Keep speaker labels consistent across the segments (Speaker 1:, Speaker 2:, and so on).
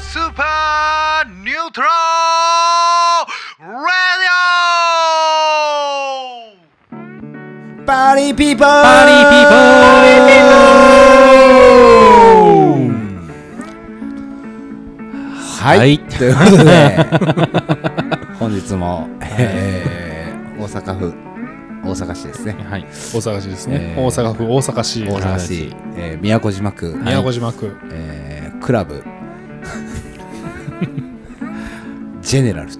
Speaker 1: スーパーニュートラルラディオ
Speaker 2: パーリーピーポー
Speaker 3: パーリーピーポー
Speaker 2: はい、
Speaker 3: はい
Speaker 2: ということで本日も、えー、大阪府大阪市ですね
Speaker 3: はい。
Speaker 4: 大阪市ですね、
Speaker 2: えー
Speaker 4: 大阪府大阪市
Speaker 2: 大阪市、えー、宮古島区
Speaker 4: 宮古島区、
Speaker 2: えークラブジェネラル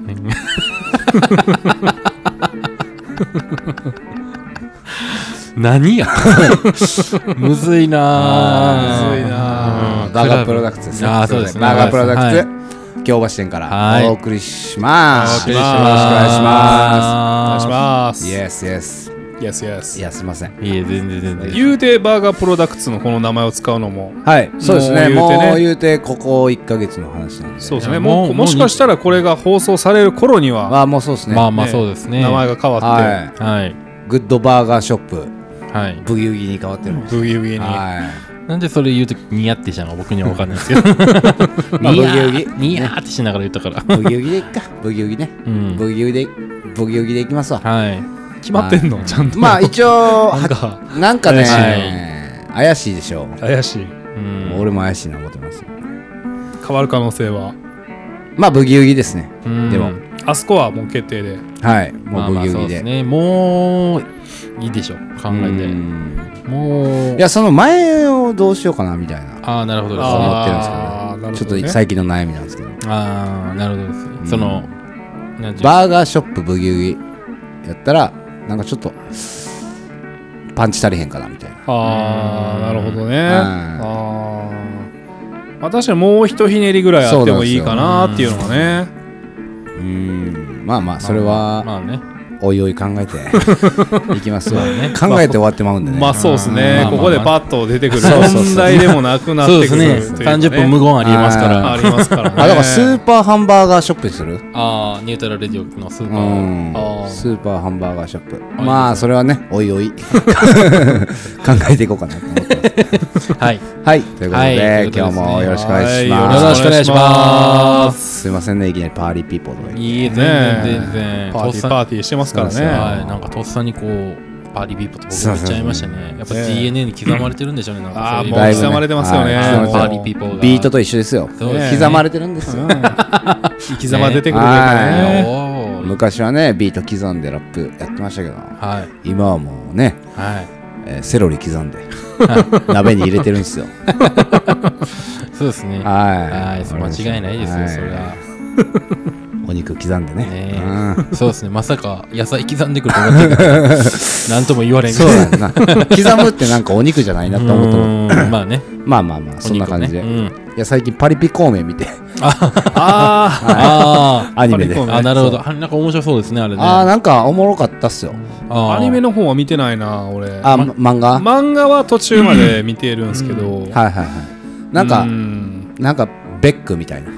Speaker 3: 何や むず
Speaker 4: むず
Speaker 3: いな
Speaker 4: いな
Speaker 2: バーガープロダクツですね
Speaker 3: ああ、そうですね。
Speaker 2: バーガープロダクツ、
Speaker 3: ツ。
Speaker 2: 京橋店か
Speaker 3: はい
Speaker 2: らお送りします
Speaker 4: お送りし
Speaker 2: よ
Speaker 4: ま
Speaker 2: ろ
Speaker 4: す
Speaker 2: しくお願いしま
Speaker 4: お願いします
Speaker 2: すイエスイエス
Speaker 4: イエスイエス
Speaker 2: いやすいません
Speaker 3: いえ、全然全然。
Speaker 4: 言うてバーガープロダクツのこの名前を使うのも
Speaker 2: はいそうですねもう
Speaker 4: もう言うてね
Speaker 2: 言うてここ1か月の話なんで
Speaker 4: そうです
Speaker 3: いや
Speaker 4: ねも
Speaker 3: もう
Speaker 4: うもしかしたらこれが放送される頃には、
Speaker 2: まあもうそうですね
Speaker 3: まあまあ、そうですね。
Speaker 4: 名前が変わって、
Speaker 2: は
Speaker 3: はい。
Speaker 2: いグッドバーガーショップ
Speaker 3: はい。
Speaker 2: ブギウギに変わってる
Speaker 4: ブギウギに、
Speaker 2: は
Speaker 3: なんでそれ言うとニヤってしたのか僕には分かんないですけど。
Speaker 2: いまあブギウギ
Speaker 3: ニヤーってしながら言ったから。
Speaker 2: ブギウギでいっ かブギウギね
Speaker 3: うん
Speaker 2: ブギウギでブギウギでいきますわ
Speaker 3: はい。
Speaker 4: 決まってんの、ちゃんと
Speaker 2: まあ一応
Speaker 4: なんか
Speaker 2: なんかね
Speaker 4: 怪しい
Speaker 2: 怪しいでしょ
Speaker 4: 怪しい
Speaker 3: うん
Speaker 2: 俺も怪しいな思ってます
Speaker 4: 変わる可能性は
Speaker 2: まあブギウギですね
Speaker 3: うん
Speaker 2: でも
Speaker 4: あそこはもう決定で
Speaker 2: はい
Speaker 3: ま
Speaker 2: も
Speaker 3: あ
Speaker 2: うブ
Speaker 3: まあ
Speaker 2: ギウ
Speaker 3: そう
Speaker 2: ギ
Speaker 3: です
Speaker 2: で
Speaker 3: ね。もう、いいでしょ。考
Speaker 2: う
Speaker 3: え
Speaker 2: ん
Speaker 3: て。もう
Speaker 2: い、やその前をどうしようかなみたいな
Speaker 3: ああ、なるほどですね。
Speaker 2: 思
Speaker 4: あ
Speaker 2: ってるんです
Speaker 4: あーなる
Speaker 2: け
Speaker 4: ほ
Speaker 2: ど
Speaker 4: ど
Speaker 2: ちょっ
Speaker 4: ね
Speaker 2: と最近の悩みなんですけど
Speaker 3: ああ、なるほどですね。その、なんていうの
Speaker 2: バーガーショップブギウギやったらなんかちょっとパンチ足りへんかなみたいな
Speaker 4: ああなるほどね
Speaker 2: ん
Speaker 4: あーまあ確かにもうひとひねりぐらいあってもいいかなっていうのがね
Speaker 2: うんまあまあそれは
Speaker 3: まあね。
Speaker 2: おいおい考 えていきますわ
Speaker 3: まあね
Speaker 2: 考えて終わってまうんでね
Speaker 4: まあそうです
Speaker 3: まあ
Speaker 4: ね
Speaker 3: まあまあ
Speaker 4: ここでパッと出てくる
Speaker 2: そうそうそう
Speaker 4: 問題でもなくなっ
Speaker 3: そうで
Speaker 4: てく
Speaker 3: す
Speaker 4: る
Speaker 3: ね。
Speaker 4: というか
Speaker 3: 30分無言ありますから。
Speaker 4: あ
Speaker 3: あ
Speaker 4: りますからね
Speaker 2: あだからスーパーハンバーガーショップにする
Speaker 3: あー、ニュートラルレディオのスー
Speaker 2: う
Speaker 3: パー。
Speaker 2: ん
Speaker 3: あー
Speaker 2: スーパーハンバーガーショップ
Speaker 3: あ
Speaker 2: まあそれはねおい おい考えていこうかなと思ってます
Speaker 3: はい。
Speaker 2: はいということで,、
Speaker 3: はいということですね
Speaker 2: 今日もよろしくお願いし
Speaker 4: は
Speaker 2: ま
Speaker 3: よ
Speaker 2: す
Speaker 3: ろしくお願いします
Speaker 2: いませんねいきなりパーリーピーポーとか言って
Speaker 3: いい、全然
Speaker 4: ね
Speaker 3: 全然。
Speaker 4: パーティーパーティーしてますから
Speaker 2: そうですよ
Speaker 4: ね
Speaker 3: はい、なんかとっさにこう、パーリービーポと僕も言っちゃいましたね。やっぱ
Speaker 4: ね
Speaker 3: DNA に刻まれてるんでしょうね、なん
Speaker 4: ああ
Speaker 3: かそういう。
Speaker 4: も
Speaker 2: だいうぶね
Speaker 4: 刻まれてますよね
Speaker 2: はい
Speaker 4: もう
Speaker 3: パーリーピーポーが。
Speaker 2: ビートと一緒ですよ
Speaker 3: そう
Speaker 4: ですね
Speaker 2: 刻まれてるんですよ、
Speaker 4: 生き様出てくるとい
Speaker 2: ね
Speaker 4: うか
Speaker 2: はい
Speaker 4: ね
Speaker 3: おー
Speaker 2: 昔はねビート刻んでラップやってましたけど
Speaker 3: はい。
Speaker 2: 今はもうね、
Speaker 3: はい。
Speaker 2: えーセロリ刻んで 鍋に入れてるんですよ
Speaker 3: そうですね。
Speaker 2: は
Speaker 3: はいい、そう間違いないですよ、それ
Speaker 2: は
Speaker 3: は。
Speaker 2: お肉刻んでね
Speaker 3: ねえ
Speaker 2: うん
Speaker 3: そうですね、まさか野菜刻んでくると思ってたから、なんとも言われん
Speaker 2: そうやんな刻むってなんかお肉じゃないなと思っても
Speaker 3: うーんまあね、
Speaker 2: まあまあまあそんな感じで、
Speaker 3: お肉ねうん
Speaker 2: いや最近パリピ孔明見て
Speaker 4: あ
Speaker 3: あ
Speaker 2: アニメで
Speaker 4: パリピ孔
Speaker 3: ー
Speaker 4: 明
Speaker 3: あ、なるほど。あなんか面白そうですね、あれね。
Speaker 2: ああなんかおもろかったっすよ
Speaker 4: あ
Speaker 3: あ
Speaker 4: アニメ
Speaker 3: の。
Speaker 4: の方は見てないな俺
Speaker 2: あ、ま漫画、
Speaker 4: 漫画は途中まで見てるんですけど
Speaker 2: はいはいはいなんか、
Speaker 4: うん
Speaker 2: なんかベックみたいな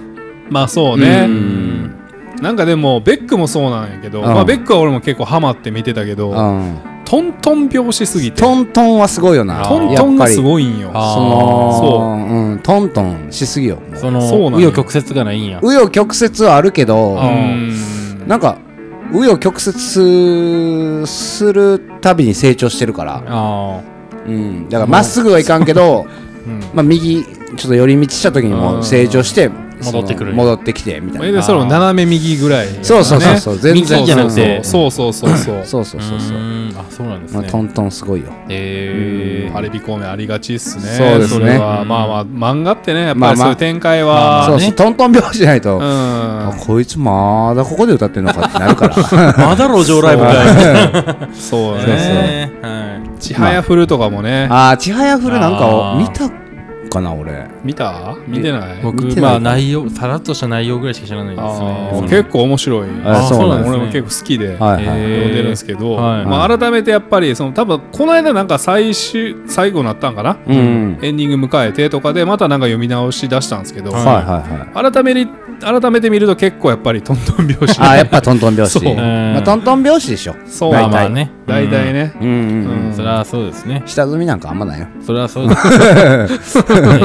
Speaker 4: まあそうね
Speaker 2: うん
Speaker 4: なんかでもベックもそうなんやけど、
Speaker 2: うん
Speaker 4: まあ、ベックは俺も結構ハマって見てたけど、
Speaker 2: うん
Speaker 4: トントン拍子すぎて
Speaker 2: トントンはすごいよな
Speaker 4: トントンがす
Speaker 2: い
Speaker 4: ごいんよ
Speaker 3: あ
Speaker 2: そのう、ん、トントンしすぎよもう
Speaker 3: その、
Speaker 4: そうなんや
Speaker 3: 紆余曲折がないんや。
Speaker 2: 紆余曲折はあるけど
Speaker 4: う
Speaker 3: あ
Speaker 4: ん
Speaker 2: なんか紆余曲折するたびに成長してるから、
Speaker 3: あ
Speaker 2: うん、だからまっすぐはいかんけど、
Speaker 4: うん
Speaker 2: まあ、右ちょっと寄り道した時にもう成長してその
Speaker 3: 戻ってくる
Speaker 2: 戻ってきてみた
Speaker 4: それ
Speaker 2: いな
Speaker 4: でその斜め右ぐらいやからね、
Speaker 2: そうそうそうそう全
Speaker 3: 右
Speaker 2: 然
Speaker 3: じゃなくて
Speaker 4: そうそうそうそうそう
Speaker 2: そうそうそうそ
Speaker 3: あ。
Speaker 2: う
Speaker 3: ー
Speaker 2: う、
Speaker 3: んあ、そうなんです
Speaker 2: まあ、
Speaker 3: ね。
Speaker 2: トントンすごいよ
Speaker 3: えー
Speaker 4: パリピ孔明ありがちっすね
Speaker 2: そうですね
Speaker 4: れはまあまあ漫画ってねやっ
Speaker 2: ま
Speaker 4: ぱ
Speaker 2: あ
Speaker 4: り
Speaker 2: まあ
Speaker 4: そういう展開
Speaker 3: まあ
Speaker 4: は、
Speaker 2: そう
Speaker 3: ね
Speaker 2: そうトントン拍子じゃないと、あ
Speaker 4: う
Speaker 2: こいつまだここで歌ってんのかってなるからそ
Speaker 3: まだ路上ライブだよ。
Speaker 4: んそ
Speaker 2: そ
Speaker 4: う
Speaker 2: うそう
Speaker 4: ね
Speaker 3: ねはい
Speaker 4: ちはやふるとかもね、
Speaker 2: ああちはやふるなんか
Speaker 3: あー
Speaker 2: 見たかな俺
Speaker 4: 見た見てない
Speaker 3: 僕
Speaker 2: 見て、ない
Speaker 3: まあ内容、さらっとした内容ぐらいしか知らないで
Speaker 4: あ
Speaker 3: すね
Speaker 4: ー。
Speaker 3: その
Speaker 4: 結構面白い
Speaker 2: あ
Speaker 3: そうなんですね
Speaker 4: 俺も結構好きで、
Speaker 2: はいはい、
Speaker 3: えー
Speaker 4: 呼んでるんですけど、
Speaker 3: はい
Speaker 4: まあ、改めてやっぱりその多分この間なんか最終最後なったんかな、
Speaker 2: うん
Speaker 4: エンディング迎えてとかでまたなんか読み直し出したんですけど、
Speaker 3: は
Speaker 2: はいはいはい
Speaker 4: 改め改めて見ると結構やっぱりトントン拍子
Speaker 2: あやっぱトントン拍
Speaker 4: そ
Speaker 2: 子、
Speaker 4: う
Speaker 2: まあ、トントン拍子でしょ
Speaker 4: そう
Speaker 2: 大
Speaker 3: ま
Speaker 2: 体
Speaker 3: あまあね。
Speaker 4: 大体ね、
Speaker 2: うんうんうん、
Speaker 4: うん
Speaker 3: それはそうですね。
Speaker 2: 下積みなんかあんまないよ
Speaker 3: それはそうです。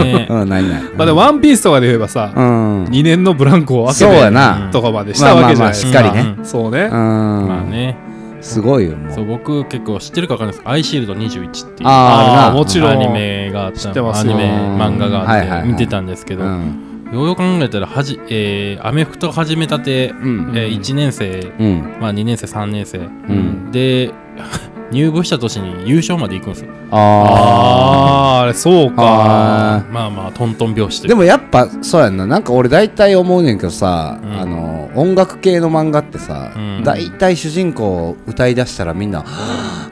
Speaker 3: ね
Speaker 2: うんないない
Speaker 4: まあでも「ワンピースとかで言えばさ、
Speaker 2: うん
Speaker 4: 2年のブランコを開け
Speaker 2: そうや
Speaker 4: て
Speaker 2: な
Speaker 4: とかまでし
Speaker 2: ま
Speaker 4: た
Speaker 2: あま
Speaker 4: わ
Speaker 2: あ
Speaker 4: けじゃ
Speaker 2: ま
Speaker 4: ない
Speaker 2: あ
Speaker 4: です
Speaker 2: しっ
Speaker 4: か、
Speaker 2: かりね
Speaker 4: そうね、
Speaker 2: うん
Speaker 3: まあね。
Speaker 2: すごいよも
Speaker 3: そうう僕結構知ってるか分かんないですけど「アイシールド21」っていう
Speaker 2: あーあるな
Speaker 4: あーもちろん
Speaker 3: アニメがあった
Speaker 4: 知ってます
Speaker 3: ア
Speaker 4: よ
Speaker 3: ニメ漫画が
Speaker 2: うんはいはい
Speaker 3: あっ
Speaker 2: は
Speaker 3: て
Speaker 2: い
Speaker 3: 見てたんですけど、
Speaker 2: うん
Speaker 3: ようよく考えたらはじ、えーアメフト始めたて、
Speaker 2: うん
Speaker 3: えー1年生、
Speaker 2: うん
Speaker 3: まあ、2年生3年生
Speaker 2: うん
Speaker 3: で 入部した年に優勝まで行くんですよ
Speaker 2: あ
Speaker 4: あーあれそうか
Speaker 2: あ
Speaker 3: まあまあトントン拍子
Speaker 2: ー
Speaker 3: で
Speaker 2: でもやっぱそうやんななんか俺大体思うねんけどさ、
Speaker 3: うん
Speaker 2: あの音楽系の漫画ってさ、
Speaker 3: うん
Speaker 2: 大体主人公を歌い出したらみんな、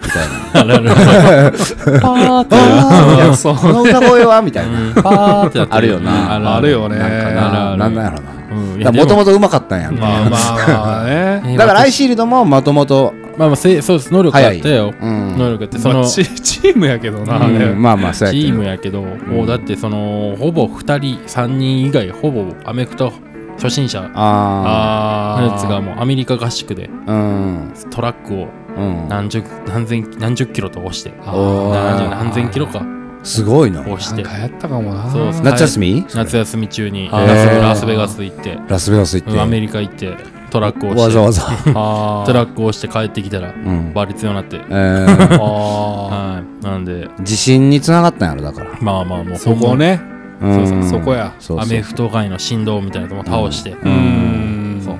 Speaker 2: みたいな
Speaker 3: あれあれあれパーって
Speaker 2: あーみ
Speaker 4: そ
Speaker 2: た
Speaker 4: う
Speaker 2: いな この歌声はみたいな、
Speaker 3: うんパーってやって
Speaker 2: あるよな
Speaker 4: あるよね
Speaker 2: なんかな
Speaker 3: あるある
Speaker 2: なんなんやろな
Speaker 3: うんいや
Speaker 2: だも
Speaker 3: で
Speaker 2: と
Speaker 3: も
Speaker 2: もとうまかったんやんか、
Speaker 4: まあまあまあ ね
Speaker 2: だからアイシールドももともと
Speaker 3: まあまあせそうです能力あったよ
Speaker 2: うん
Speaker 3: 能力ってそ
Speaker 4: その、
Speaker 3: の
Speaker 4: まあチチームやけどな、
Speaker 2: う
Speaker 4: あれ
Speaker 2: んまあまあそうや
Speaker 3: チ
Speaker 2: けど
Speaker 3: ームやけど、もうだってそのほぼ2人3人以外ほぼアメフト初心者の
Speaker 2: あ
Speaker 4: あ
Speaker 3: やつがもうアメリカ合宿で
Speaker 2: あうん
Speaker 3: トラックを
Speaker 2: うん
Speaker 3: 何十何千何十キロと押して
Speaker 2: おー
Speaker 3: 70何千キロか
Speaker 2: すごいな
Speaker 3: 押し
Speaker 4: な
Speaker 3: て
Speaker 4: んかやったかもな
Speaker 3: そうそう
Speaker 2: 夏休み
Speaker 3: 夏休み中に
Speaker 2: あー
Speaker 3: ラスラスベガス行って
Speaker 2: ラスベガス行っ
Speaker 3: うんアメ
Speaker 2: て
Speaker 3: リカ行ってトラックを押
Speaker 2: わ
Speaker 3: し
Speaker 2: ざ
Speaker 3: て
Speaker 2: わ ざ
Speaker 4: あー
Speaker 3: トラックを押して帰ってきたら
Speaker 2: うん
Speaker 3: バリ強になって
Speaker 2: えー
Speaker 4: あ
Speaker 3: はいなんで
Speaker 2: 地震につながったんやろだから
Speaker 3: まあまあもう
Speaker 4: ーそこね
Speaker 2: うん
Speaker 4: そうそうそこや
Speaker 2: そうそう
Speaker 3: アメフト界の振動みたいなのも倒して
Speaker 4: う
Speaker 2: うん
Speaker 3: そう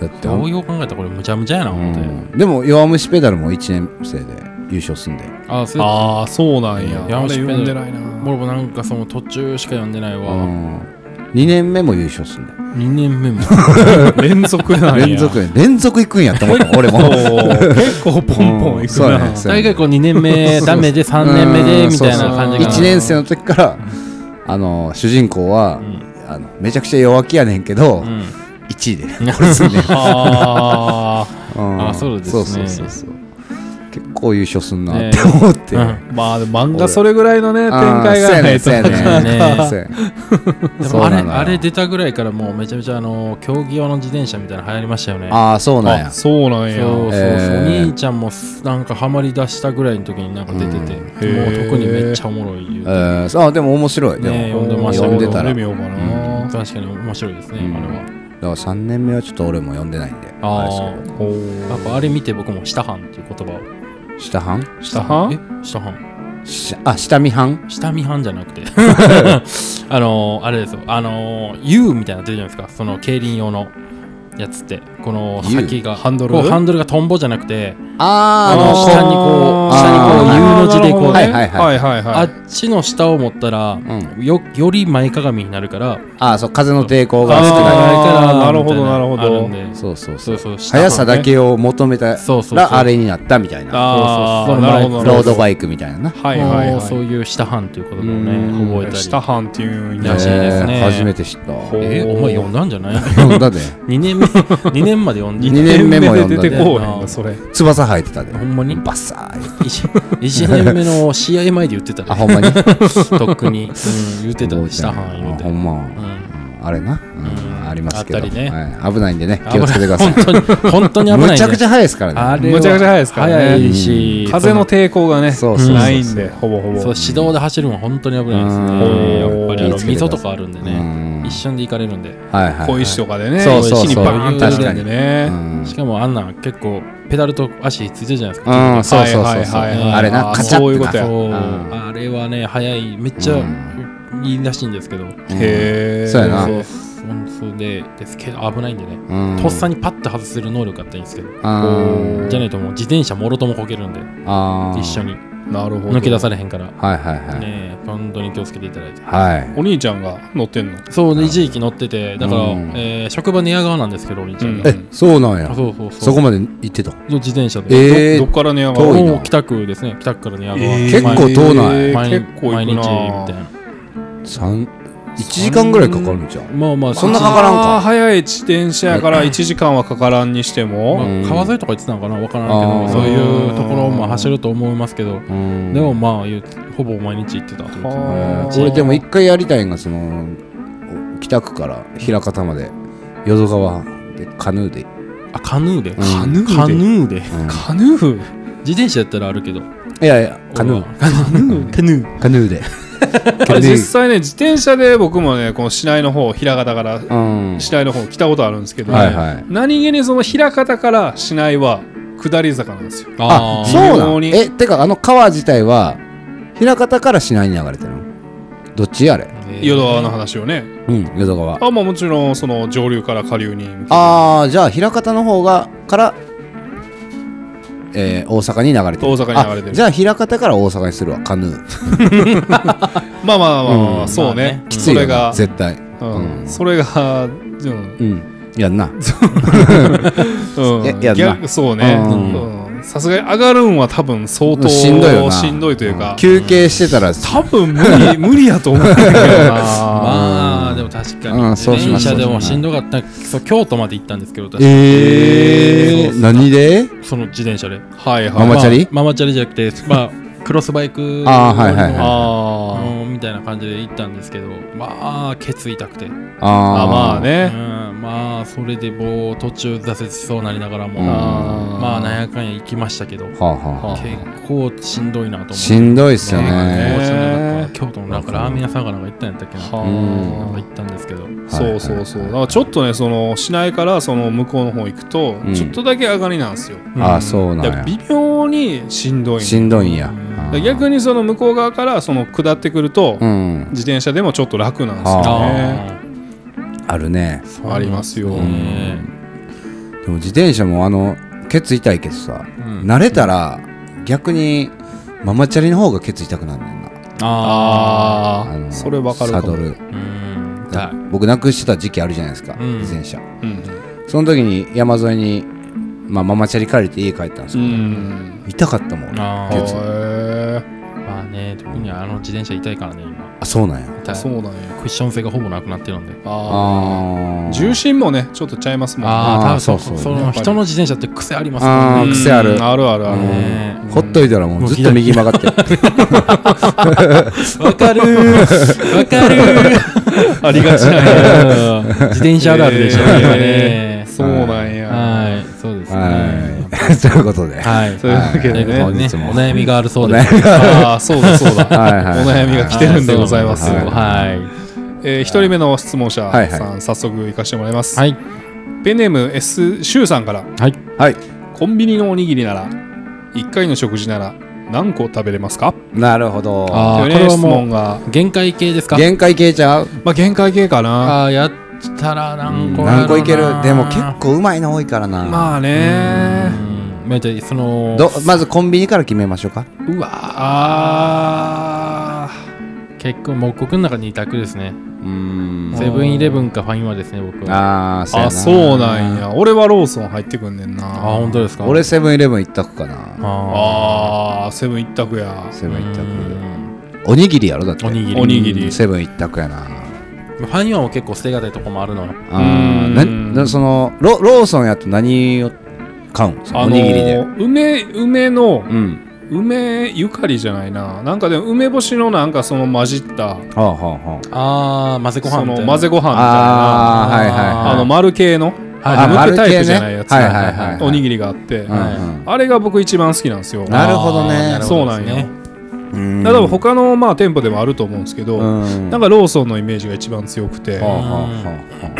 Speaker 2: だって
Speaker 3: どうよう考えたらこれむちゃむちゃやな
Speaker 2: う
Speaker 3: 思って、
Speaker 2: んでも弱虫ペダルも1年生で優勝すんで
Speaker 3: ああそれ
Speaker 4: ああそうなんや
Speaker 3: いや
Speaker 4: あれ読んでないな
Speaker 3: 俺もなんかその途中しか読んでないわ、
Speaker 2: 2年目も優勝すんで
Speaker 3: 2年目も
Speaker 4: 連続なんや
Speaker 2: 連続や連続行くんやと思 った俺も
Speaker 4: そう結構ポンポンい く
Speaker 2: そうやね
Speaker 4: な
Speaker 2: そうやね
Speaker 3: 大概こう2年目ダメで3年目でみたいな感じかな
Speaker 2: 1年生の時からあの主人公は、あのめちゃくちゃ弱気やねんけど、
Speaker 3: うん
Speaker 2: 1位でこれすんねん、
Speaker 4: あ
Speaker 2: うん
Speaker 3: あそうですね
Speaker 2: そうそうそうそう結構優勝すんな
Speaker 3: ね
Speaker 2: って思って、
Speaker 3: うん
Speaker 4: ーまあでも漫画それぐらいのね展
Speaker 2: あー
Speaker 4: 開がないと
Speaker 2: そうやねんそうやねん
Speaker 3: なんか
Speaker 2: そうやねん
Speaker 3: で
Speaker 2: そう
Speaker 3: もあれ
Speaker 2: なのよ
Speaker 3: あれ出たぐらいからもうめちゃめちゃあの競技用の自転車みたいなの流行りましたよね
Speaker 2: ああそうなんや
Speaker 4: あそうなん
Speaker 3: そう
Speaker 4: や
Speaker 3: そうそう、
Speaker 2: えー
Speaker 3: お兄ちゃんもなんかハマり出したぐらいの時になんか出てて、
Speaker 4: うん
Speaker 3: もう特にめっちゃおもろい言う
Speaker 2: えーそうあでも面白いでも、
Speaker 3: ねえ読んでま
Speaker 4: ま
Speaker 3: し
Speaker 4: したた
Speaker 3: けど
Speaker 2: 読んでたら
Speaker 4: みようかな
Speaker 3: 確かに面白いですね、
Speaker 2: うん
Speaker 3: あれは
Speaker 2: だから3年目はちょっと俺も読んでないんであれです
Speaker 3: ああ
Speaker 4: お
Speaker 3: やっぱあれ見て僕も下半っていう言葉を
Speaker 2: けど下半
Speaker 4: 下半
Speaker 3: え下半
Speaker 2: しあ下見半
Speaker 3: 下見半じゃなくて あのー、あれですよあのー U みたいなの出るじゃないですかその競輪用のやつってこの
Speaker 2: U
Speaker 3: 先が
Speaker 4: ハンドル
Speaker 3: こうハンドルがトンボじゃなくて
Speaker 2: あーあ
Speaker 3: あ
Speaker 2: の
Speaker 3: の下にこう
Speaker 2: 下にこう
Speaker 3: U の字でこう
Speaker 4: なるほどね
Speaker 2: はいは
Speaker 4: はいはい
Speaker 3: あ
Speaker 4: はい
Speaker 3: っちの下を持ったら
Speaker 2: う
Speaker 3: よより前かがみになるから
Speaker 2: ああそう風の抵抗が
Speaker 4: あー
Speaker 2: 少ない
Speaker 4: なるほどなるほど
Speaker 3: あるんで
Speaker 2: そうそうそ
Speaker 3: そううそう下
Speaker 2: 速さだけを求めた
Speaker 3: そうそうそう
Speaker 2: らあれになったみたいな
Speaker 4: あ
Speaker 3: そう
Speaker 4: ー
Speaker 3: そう
Speaker 4: なるほどなるほど
Speaker 2: ロードバイクみたいなな
Speaker 4: はいはい
Speaker 3: も
Speaker 4: は
Speaker 3: う
Speaker 4: い
Speaker 3: そういう下半ということをね
Speaker 2: うん
Speaker 3: 覚えたり
Speaker 4: 下半っていうん
Speaker 3: ら
Speaker 4: や
Speaker 3: しいですね
Speaker 2: えー初めて知った
Speaker 4: う
Speaker 3: えーお前読んだんじゃない
Speaker 2: 読んだで
Speaker 3: ?2 年目2年まで読んで
Speaker 2: 二年目も読んだ
Speaker 4: 出
Speaker 2: ね
Speaker 4: てこうへんのそれ
Speaker 2: 翼生えてたで
Speaker 3: ほんまに
Speaker 2: バッサー言う
Speaker 3: 1, 年目の試合前で言ってたで
Speaker 2: あほんまに
Speaker 3: とっくに、うん、言ってたで下半言う
Speaker 2: あ
Speaker 3: て
Speaker 2: ほんま
Speaker 3: うん
Speaker 2: あれなうん
Speaker 3: うん
Speaker 2: ありますけど
Speaker 3: あったりね
Speaker 2: はい危ないんでね気をつけてください
Speaker 3: 危ない本当に本当に危ないんで
Speaker 2: むちゃくちゃ速いですからね
Speaker 3: あれは
Speaker 4: むちゃくちゃ速いですからね
Speaker 3: 速いし
Speaker 4: 風の抵抗がね
Speaker 2: そうそうそうそう
Speaker 4: ないんでほぼほぼ
Speaker 3: そう指導で走るも本当に危ないですね
Speaker 2: うん
Speaker 3: やっぱり
Speaker 2: 気
Speaker 3: あ
Speaker 2: を
Speaker 3: の
Speaker 2: つけてください
Speaker 3: 溝とかあるんでね
Speaker 2: うん
Speaker 3: 一瞬で行かれるんで
Speaker 2: はいはい
Speaker 4: 小石とかでね
Speaker 2: そうそうそう
Speaker 4: 石にバーンって当たるんで
Speaker 2: う
Speaker 4: ね
Speaker 2: ん
Speaker 3: しかもあんなん結構ペダルと足ついてるじゃないですか
Speaker 2: うんそうそうそうそう
Speaker 4: はいはいはい
Speaker 3: はい
Speaker 2: あれな
Speaker 4: あー
Speaker 2: カチャ
Speaker 4: そうい
Speaker 2: ッ
Speaker 4: うこ
Speaker 2: て
Speaker 4: とや
Speaker 2: な
Speaker 3: そう
Speaker 2: うん
Speaker 3: あれはね速いめっちゃいいらしいんですけど
Speaker 4: へえ
Speaker 2: そうやな
Speaker 3: そうそうそうでですけど危ないんでね
Speaker 2: うん
Speaker 3: とっさにパッと外せる能力あったらいいんですけど
Speaker 2: うん
Speaker 3: じゃないともう自転車もろともこけるんで
Speaker 2: あー
Speaker 3: 一緒に
Speaker 4: なるほど
Speaker 3: 抜け出されへんから
Speaker 2: はいはいはい
Speaker 3: ねえ本当に気をつけていただいて
Speaker 2: はい
Speaker 4: お兄ちゃんが乗ってんの
Speaker 3: そうで一時期乗っててだから
Speaker 2: うん
Speaker 3: えー職場寝屋川なんですけどお兄ちゃん
Speaker 4: う
Speaker 3: が
Speaker 2: え
Speaker 4: ん
Speaker 2: そうなんや
Speaker 3: そうそう
Speaker 2: そ
Speaker 3: そ
Speaker 2: こ
Speaker 3: う
Speaker 2: まで行ってた
Speaker 3: 自転車で
Speaker 2: え
Speaker 4: ど
Speaker 2: ー
Speaker 4: っから寝上が
Speaker 2: 遠いな
Speaker 3: もう北区ですね北区から寝屋川
Speaker 4: えー
Speaker 2: 結構遠ない
Speaker 3: 毎日
Speaker 4: 結構行
Speaker 3: 毎
Speaker 4: く
Speaker 3: 日み
Speaker 4: な
Speaker 3: たいな
Speaker 2: 三一時間ぐらいかかるんじゃん
Speaker 3: まあまあ
Speaker 2: そんなかからんか
Speaker 4: あー早い自転車やから1時間はかからんにして
Speaker 3: ま
Speaker 4: も、
Speaker 3: あ
Speaker 2: うん
Speaker 3: 川沿いとか言ってたのかなわから
Speaker 2: あ
Speaker 3: ん
Speaker 2: ー
Speaker 3: けどそういうところも走ると思いますけど
Speaker 2: うん
Speaker 3: でもまあ言うほぼ毎日行ってたと言って
Speaker 4: はあ
Speaker 2: 俺でも一回やりたいんがそのお北区から枚方まで淀川でカヌーで
Speaker 3: あカヌーで、
Speaker 2: ん
Speaker 4: カヌーで
Speaker 3: カヌーで
Speaker 2: うん
Speaker 4: カヌー
Speaker 3: 自転車やったらあるけど
Speaker 2: いやいやカヌ
Speaker 3: 俺
Speaker 2: ー
Speaker 3: はカヌーカヌー
Speaker 2: カヌーで
Speaker 4: あ
Speaker 2: カヌ
Speaker 4: れ
Speaker 2: ー
Speaker 4: 実際ね自転車で僕もねこの市内の方平方から
Speaker 2: うん
Speaker 4: 市内の方来たことあるんですけど、
Speaker 2: はいはい
Speaker 4: 何気にその平方から市内は下り坂なんですよ
Speaker 2: あ
Speaker 3: ー
Speaker 2: そう
Speaker 4: 微
Speaker 2: な
Speaker 4: 妙
Speaker 2: の
Speaker 4: に
Speaker 2: えてかあの川自体は枚方から市内に流れてるのどっちあれ
Speaker 3: えー
Speaker 4: 淀川の話をね
Speaker 2: うん淀川
Speaker 4: あまあもちろんその上流から下流に向けて
Speaker 2: ああじゃあ枚方の方がから、えー大阪に流れてる
Speaker 4: 大阪に流れてる
Speaker 2: あじゃあ枚方から大阪にするわカヌー
Speaker 4: まあまあまあまあまあ、
Speaker 2: うん
Speaker 4: そう
Speaker 3: まあ
Speaker 4: ね
Speaker 3: ね
Speaker 2: きつい
Speaker 4: そ
Speaker 2: よ
Speaker 4: れが
Speaker 2: な絶対
Speaker 4: うん
Speaker 2: うん
Speaker 4: それが、うん
Speaker 2: うんやんな
Speaker 4: うん、
Speaker 2: えやんな
Speaker 4: 逆そうね
Speaker 2: うん
Speaker 4: うんさすがに上がるんは多分相当
Speaker 2: しんどいよな
Speaker 4: しんどいというか、
Speaker 2: 休憩してたら
Speaker 4: 多分無 理無理やと思うんだけどな
Speaker 3: まあでも確かに
Speaker 2: うん
Speaker 3: 自
Speaker 2: そうし
Speaker 3: 転
Speaker 2: ましょ
Speaker 3: 車
Speaker 2: う
Speaker 3: でもしんどかったそう京都まで行ったんですけど私
Speaker 2: えー、何で
Speaker 3: その自転車で
Speaker 4: はいは
Speaker 2: マ
Speaker 4: い、
Speaker 2: マチャリ
Speaker 3: まあママチャリじゃなくてまあクロスバイク
Speaker 2: あーはいはいはい
Speaker 3: あ
Speaker 4: あ
Speaker 3: のみたいな感じで行ったんですけどまあケツ痛くてうん
Speaker 2: あー
Speaker 4: ああまあね、
Speaker 3: まあそれでもう途中挫折しそうなりながらも
Speaker 2: うん
Speaker 3: まあなん
Speaker 4: や
Speaker 3: やかんや行きましたけど結
Speaker 2: はあはあ
Speaker 4: はあ
Speaker 3: 構しんどいなと思って
Speaker 2: しんどいっすよ
Speaker 3: 結
Speaker 2: ね
Speaker 3: 構しんどか
Speaker 4: ね
Speaker 3: った京都のなんかラーメン屋さんかなんか行ったんやったっけな
Speaker 4: は
Speaker 2: うん
Speaker 3: なんか
Speaker 4: あ
Speaker 3: 行ったんですけど
Speaker 4: そうそうそうだからちょっとねその市内からその向こうの方行くと、
Speaker 2: ん
Speaker 4: ちょっとだけ上がりなんですよ
Speaker 2: ああそうな
Speaker 4: だから
Speaker 2: んや
Speaker 4: 微妙にしんどい
Speaker 2: しんどいんや
Speaker 4: だから逆にその向こう側からその下ってくると、
Speaker 2: うん
Speaker 4: 自転車でもちょっと楽なんですよね
Speaker 3: あ
Speaker 2: あるね
Speaker 3: ー
Speaker 4: ありますよ
Speaker 3: ね
Speaker 2: でも自転車もあのケツ痛いけどさ
Speaker 3: うん
Speaker 2: 慣れたら逆にママチャリの方がケツ痛くなんねんな
Speaker 3: あ
Speaker 4: あ
Speaker 2: あ
Speaker 4: あ
Speaker 2: の
Speaker 4: それわかるか
Speaker 2: サ
Speaker 4: も
Speaker 2: ドル
Speaker 3: ーうん痛い
Speaker 2: 僕なくしてた時期あるじゃないですか、
Speaker 3: うん
Speaker 2: 自転車
Speaker 4: うん
Speaker 2: その時に山沿いに、まあ、ママチャリ借りて家帰ったんです
Speaker 4: う
Speaker 2: けど、
Speaker 4: ん
Speaker 2: 痛かったもん俺
Speaker 3: あ
Speaker 2: ケ
Speaker 3: ー
Speaker 2: ツ
Speaker 4: へ
Speaker 3: まあね特にあの自転車痛いからね今
Speaker 2: あそうなんや
Speaker 3: 痛
Speaker 4: え
Speaker 3: い
Speaker 4: そうなんや
Speaker 3: クッション性がほぼなくなってるんで
Speaker 4: あ
Speaker 2: あ
Speaker 4: あ
Speaker 2: ー
Speaker 4: 重心もねちょっとちゃいますもんね
Speaker 3: あ
Speaker 2: あ
Speaker 3: あ
Speaker 2: ー
Speaker 3: 多分そう
Speaker 2: そうそう
Speaker 3: その人の自転車って癖あります
Speaker 2: あ
Speaker 3: も
Speaker 2: ー
Speaker 3: んね
Speaker 2: 癖ある
Speaker 4: うんあるあるある
Speaker 2: うん
Speaker 3: ね
Speaker 2: ほっといたらもうずっと右曲がってる
Speaker 3: わかるーわかる
Speaker 4: ありがちなんや
Speaker 3: ー自転車あるあるでしょ
Speaker 4: えー
Speaker 3: 今ね
Speaker 4: そうなんや
Speaker 3: はいそうですね
Speaker 2: はい ということで
Speaker 3: はい
Speaker 4: というわけでね
Speaker 3: ということでねお悩みがあるそう
Speaker 2: お
Speaker 3: で
Speaker 2: 悩
Speaker 3: す
Speaker 2: みが
Speaker 4: ああそうだそうだ
Speaker 2: はい
Speaker 4: お
Speaker 2: はい
Speaker 4: 悩みが来てるんでございます
Speaker 3: は
Speaker 2: はいい
Speaker 4: えー一人目の質問者
Speaker 2: はい
Speaker 4: さ
Speaker 2: は
Speaker 4: ん早速いかしてもらいます
Speaker 3: はい
Speaker 4: ペンネーム S シュウさんから
Speaker 3: はい
Speaker 2: はい
Speaker 4: コンビニのおにぎりなら1回の食事なら何個食べれますか
Speaker 2: なるほど
Speaker 3: あー
Speaker 4: という
Speaker 3: こ
Speaker 4: ね
Speaker 3: れは
Speaker 4: 質
Speaker 3: もう
Speaker 4: 問が
Speaker 3: 限界系ですか
Speaker 2: 限界消えちゃう
Speaker 4: まあ限界系かな
Speaker 3: あーやったら何個やろうな
Speaker 2: 何個いけるでも結構うまいの多いからな
Speaker 4: まあ
Speaker 3: う
Speaker 4: ね
Speaker 3: んまあじゃあその
Speaker 2: どまずコンビニから決めましょうか
Speaker 3: うわ結構もう僕の中に2択ですね
Speaker 2: うん
Speaker 3: セブンイレブンかファインはですね僕は
Speaker 2: ああ
Speaker 4: あそうなんや俺はローソン入ってくんねんな
Speaker 3: あ本当ですか
Speaker 2: 俺セブンイレブン一択かな
Speaker 3: あ
Speaker 4: あーセブン一択や
Speaker 2: セ
Speaker 3: ー
Speaker 2: ブン一
Speaker 3: う
Speaker 2: 択
Speaker 3: ん
Speaker 2: おにぎりやろだって
Speaker 3: おにぎり
Speaker 4: おにぎり
Speaker 2: セブン一択やな
Speaker 3: ファインはも結構捨てがたいとこもあるのよ
Speaker 2: あー
Speaker 4: う
Speaker 2: なんなそのロローソンやと何を買うん
Speaker 4: あ
Speaker 2: お
Speaker 4: のー
Speaker 2: にぎりで
Speaker 4: 梅梅の
Speaker 2: うん
Speaker 4: 梅ゆかりじゃないななんかでも梅干しのなんかその混じった
Speaker 2: はあはあは
Speaker 3: ああ混ぜご飯
Speaker 4: そ
Speaker 3: みた
Speaker 4: の
Speaker 3: いな
Speaker 4: 混ぜご飯みたいな
Speaker 2: ああーはいはい
Speaker 4: あ
Speaker 2: はい
Speaker 4: の丸系の
Speaker 3: はい
Speaker 2: あ
Speaker 4: あ抜くタイプじゃな
Speaker 2: 丸系
Speaker 4: い
Speaker 2: ね
Speaker 4: やつ
Speaker 2: はいはいはいはい
Speaker 4: おにぎりがあって
Speaker 2: うんうん
Speaker 4: あれが僕一番好きなんですよ
Speaker 2: なるほどね
Speaker 3: あーなるほどです
Speaker 4: そうなん
Speaker 2: うん
Speaker 4: だから多分他のまあ店舗でもあると思うんですけど
Speaker 2: うん
Speaker 4: なんかローソンのイメージが一番強くて
Speaker 2: はあはあはあは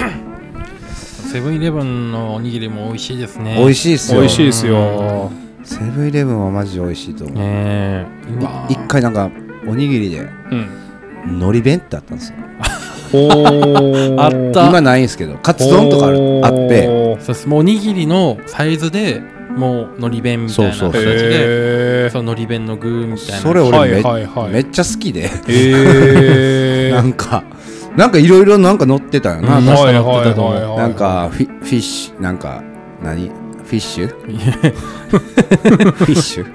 Speaker 3: セブンイレブンのおにぎりも美味しいです
Speaker 2: あ
Speaker 3: ね
Speaker 2: 美味
Speaker 3: し
Speaker 2: しいっす
Speaker 4: 美
Speaker 2: よ
Speaker 4: 味しいですよ
Speaker 2: セブンイレブンはマジで美味しいと思う
Speaker 3: ねえうわ
Speaker 2: い一回なんかおにぎりで
Speaker 4: うん
Speaker 2: 海苔弁ってあったんですよ
Speaker 4: お ー
Speaker 3: あった
Speaker 2: 今ないんですけどカツ丼とかあるあって
Speaker 4: おー
Speaker 3: そうですもうおにぎりのサイズでもうのり弁みたいな
Speaker 2: そうそう
Speaker 3: 形
Speaker 2: そう
Speaker 3: で
Speaker 4: へ
Speaker 3: そののり弁の具みたいな
Speaker 2: それ俺め,、
Speaker 4: はいはいはい
Speaker 2: めっちゃ好きで
Speaker 4: えへ
Speaker 2: なんかなんかいろいろなんか乗ってたよな、
Speaker 3: うん
Speaker 2: な
Speaker 3: 確かに乗ってたと思う
Speaker 4: はいはいはいはい
Speaker 2: なんかフィフィッシュなんか何フィッシュフィッシュフ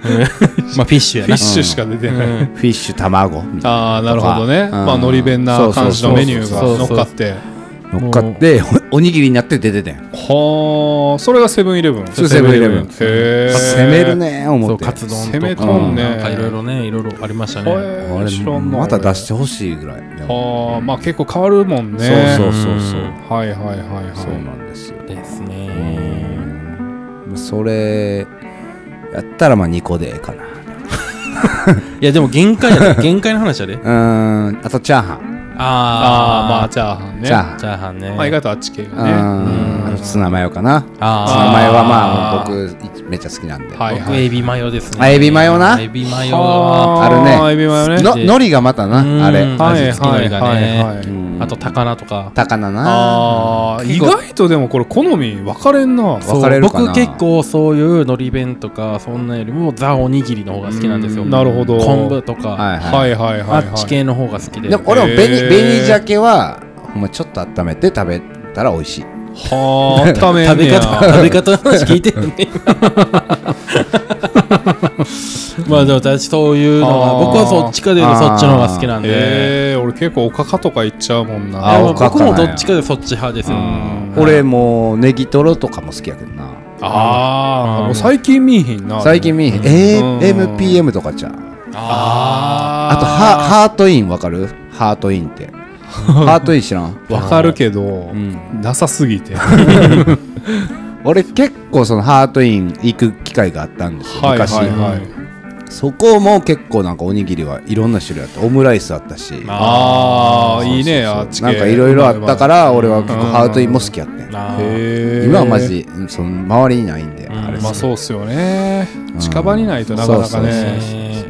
Speaker 3: まあフィッシュや
Speaker 4: フィ
Speaker 3: な
Speaker 4: ッシュしか出てない、
Speaker 3: うん
Speaker 2: ィッシュ卵みたいな
Speaker 4: ああなるほどね
Speaker 2: とか
Speaker 4: まあ
Speaker 2: うん
Speaker 4: のり弁な感じのメニュー
Speaker 3: そうそうそうそ
Speaker 4: が乗
Speaker 3: う
Speaker 4: っかって
Speaker 2: う乗っかっておおにぎりになって出ててん
Speaker 4: はあそれがセブンイレブン
Speaker 2: それセブンイレブン
Speaker 4: へえ
Speaker 2: 攻めるね
Speaker 3: そ
Speaker 2: 思っ
Speaker 3: う
Speaker 2: て
Speaker 3: カツ丼と
Speaker 4: 攻め
Speaker 3: か
Speaker 4: と
Speaker 2: んね
Speaker 3: なんかいろいろねいろいろありました
Speaker 4: へ
Speaker 3: ね
Speaker 4: え
Speaker 2: あ
Speaker 4: 知
Speaker 2: れ
Speaker 4: らんな
Speaker 2: また出してほしいぐらいでも
Speaker 4: はあまあ結構変わるもんね
Speaker 2: そうそうそうそう
Speaker 4: はいはいはいはい
Speaker 2: そうなんですよ
Speaker 3: です
Speaker 2: う
Speaker 3: ね
Speaker 2: んそれやったらまあ2個でええか
Speaker 3: いやでも限界やで 限界の話やであ
Speaker 2: なうーんあとチャーハン
Speaker 4: ああまあ
Speaker 3: あ
Speaker 4: チャーハンね
Speaker 2: チャーハン
Speaker 3: チャーハンね
Speaker 4: まあ意外とあっち系
Speaker 2: う
Speaker 4: がね
Speaker 2: んあとツナマヨかなツナ
Speaker 3: あ
Speaker 2: マヨは
Speaker 4: あ
Speaker 2: まあ
Speaker 4: ー
Speaker 2: 僕めっちゃ好きなんで
Speaker 4: は
Speaker 3: あ
Speaker 4: い
Speaker 3: 僕エビマヨです
Speaker 2: あ
Speaker 3: ね
Speaker 2: エビマヨな
Speaker 3: エビマヨは
Speaker 4: は
Speaker 2: あ
Speaker 4: エビマヨね
Speaker 2: の海苔がまた
Speaker 3: うん
Speaker 2: なあれ
Speaker 3: うん
Speaker 4: はい
Speaker 3: 味付きのりがね
Speaker 4: はいはい
Speaker 2: うん
Speaker 3: あと高菜とか
Speaker 2: 高菜な
Speaker 4: あー
Speaker 3: うん
Speaker 4: 意外とでもこれ好み分かれんな
Speaker 2: 分かれるかな
Speaker 3: そう僕結構そういうのり弁とかそんなよりもザおにぎりの方が好きなんですよ
Speaker 4: うんなるほど
Speaker 3: 昆布とか、
Speaker 2: はいは
Speaker 4: はいいはいはい
Speaker 3: あ
Speaker 4: はい
Speaker 3: っち系の方が好きで
Speaker 2: でも俺も
Speaker 4: へー
Speaker 2: 紅紅鮭はほんまちょっと温めて食べたら美味しい
Speaker 4: はあ食
Speaker 3: 食べ 方食べ方の話聞いてるねまあでも私そういうのは
Speaker 4: あー
Speaker 3: 僕はそっちかでいうとそっちの方が好きなんで
Speaker 4: ええ俺結構おかかとかいっちゃうもん
Speaker 3: で
Speaker 2: あ
Speaker 4: な
Speaker 2: お
Speaker 3: も
Speaker 2: かか
Speaker 3: 僕も
Speaker 2: なん
Speaker 3: ど
Speaker 2: や
Speaker 3: っちかでそっち派ですよ
Speaker 4: うん
Speaker 2: 俺もうネギトロとかも好きやけどな
Speaker 4: あ
Speaker 3: う
Speaker 4: ー
Speaker 3: ん
Speaker 4: もう最近見えひんな
Speaker 2: 最近見えへんえ
Speaker 4: うん
Speaker 2: ー MPM とかじゃん
Speaker 3: あ
Speaker 2: あとハハートインわかるハートインってハートイン知らん、
Speaker 4: ーわかるけど
Speaker 2: うん、
Speaker 4: なさすぎて
Speaker 2: 俺結構そのハートイン行く機会があったんですよ昔、
Speaker 4: はいはいはい
Speaker 2: そこも結構なんかおにぎりはいろんな種類あってオムライスあったし
Speaker 4: あ
Speaker 2: そう
Speaker 4: あ
Speaker 2: そうそう
Speaker 4: いいねあっち系
Speaker 2: なんかいろいろあったから俺は結構ハートインも好きやってん
Speaker 3: ーあー
Speaker 4: へえ
Speaker 2: 今はマジうんその周りにないんで、
Speaker 3: ん
Speaker 2: あれ
Speaker 4: まあそうっすよね
Speaker 2: ん
Speaker 4: 近場にないとなかなかね
Speaker 3: ね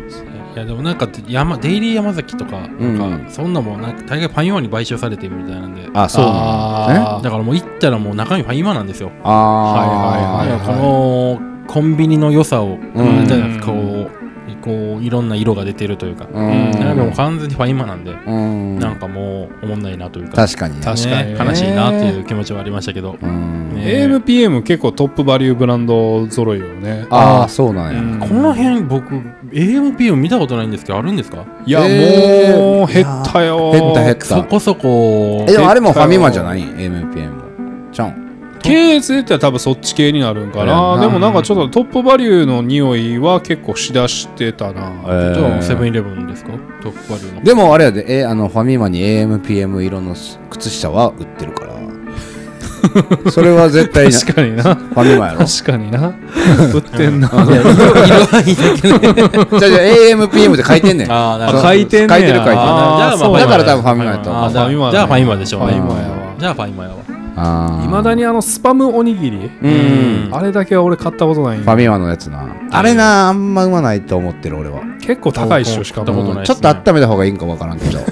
Speaker 3: いやでもなんか山デイリー山崎とか
Speaker 2: うん
Speaker 3: なんかそんなもんなんか大概パン用に買収されてるみたいなんで
Speaker 2: あそうなん
Speaker 4: あ
Speaker 2: ね
Speaker 3: だからもう行ったらもう中身ファイマなんですよ
Speaker 2: ああ
Speaker 4: はいはいはい
Speaker 3: このコンビニの良さを、
Speaker 2: ん
Speaker 3: じゃあこうこういろんな色が出てるというか、
Speaker 2: うん
Speaker 3: なんかもう完全にファインマなんで、
Speaker 2: うん
Speaker 3: なんかもうおもんないなというか
Speaker 2: 確かにね
Speaker 4: 確かにね
Speaker 3: ね悲しいなっていう気持ちはありましたけど、
Speaker 2: うん
Speaker 3: ね
Speaker 4: AMPM 結構トップバリューブランド揃いよね
Speaker 2: ああそうなんや、
Speaker 4: うん
Speaker 3: この辺僕 AMP を見たことないんですけどあるんですか
Speaker 4: いや、
Speaker 2: えー
Speaker 4: もう減ったよ
Speaker 2: 減った減っ
Speaker 3: そ
Speaker 2: た
Speaker 3: こそこ
Speaker 2: えでもあれもファミマじゃない AMPM もちゃん
Speaker 4: 系列で言ったら多分そっち系になるんか
Speaker 2: う
Speaker 4: なんでもなんかちょっとトップバリューの匂いは結構しだしてたな
Speaker 3: じゃあセブン
Speaker 2: ン
Speaker 3: イレブンですかトップバリューの
Speaker 2: でもあれやで、えあのファミマに AMPM 色の靴下は売ってるからそれは絶対なフ
Speaker 4: 確かにな確
Speaker 2: ァミマやろ
Speaker 4: かにな売ってんな
Speaker 3: 色がいいだけ
Speaker 2: じ
Speaker 3: で
Speaker 2: ゃあじゃあ AMPM って書いてんねん
Speaker 3: あーな
Speaker 4: あ
Speaker 3: るほど
Speaker 4: 書いてんねや
Speaker 2: 書いてる書いてる
Speaker 3: あーじゃあまあ
Speaker 2: だから
Speaker 3: ファ
Speaker 2: 多分ファミ
Speaker 3: ミマ
Speaker 2: マやと思
Speaker 3: あ
Speaker 2: う
Speaker 3: じゃあ
Speaker 4: ファミマだね
Speaker 3: じゃあファイマでしょうね
Speaker 4: ファイマやわ
Speaker 3: じゃあファイマやわ
Speaker 2: あ
Speaker 4: い
Speaker 2: ー
Speaker 4: まだにあのスパムおにぎり
Speaker 2: うん
Speaker 4: あれだけは俺買ったことないん
Speaker 2: フ
Speaker 4: や
Speaker 2: ァミマのやつなあれなあんまうまないと思ってる俺は
Speaker 4: 結構高いっしょしか
Speaker 3: 買った
Speaker 4: も
Speaker 3: こ
Speaker 2: うん
Speaker 3: とないっ
Speaker 2: ち
Speaker 3: す
Speaker 2: ょ
Speaker 3: ね
Speaker 2: っと温めた方がいいんかわからんけど
Speaker 4: うん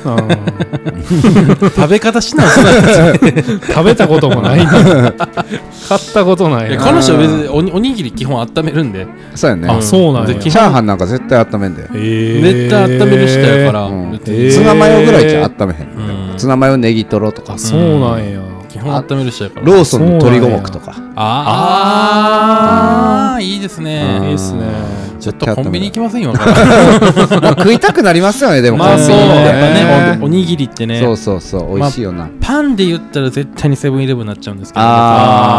Speaker 3: 食べ方しなしな
Speaker 4: 食べたことも ないな買ったことない
Speaker 3: いや
Speaker 4: な
Speaker 3: 彼女は別におにおにぎり基本温めるんで、
Speaker 2: そうやね
Speaker 4: あそうなんや
Speaker 3: で基
Speaker 2: チ
Speaker 3: 本
Speaker 2: ャーハンなんか絶対温めんで
Speaker 3: め
Speaker 4: め
Speaker 3: っちゃ温める人やから、
Speaker 2: うん
Speaker 3: 別
Speaker 4: へ
Speaker 3: に
Speaker 4: ー
Speaker 2: ツナマヨぐらいじゃ温めへんで
Speaker 3: う
Speaker 2: も
Speaker 3: ん
Speaker 2: ツナマヨネギトロとか
Speaker 4: そうなんや
Speaker 3: 基本温める人やから
Speaker 2: ローソンの鶏五目とか
Speaker 3: あーあいいです
Speaker 2: うん
Speaker 3: ね
Speaker 4: いいっすね
Speaker 3: ちょっとコンビニ行きませんよ
Speaker 2: まあ食いたくなりますよねでも
Speaker 4: まあ
Speaker 2: コンビニ
Speaker 4: そうね
Speaker 2: やっぱ
Speaker 3: やっぱね
Speaker 2: ね
Speaker 3: おにぎりってね
Speaker 2: そうそうそう美味しいよな
Speaker 3: パンで言ったら絶対にセブンイレブンになっちゃうんですけど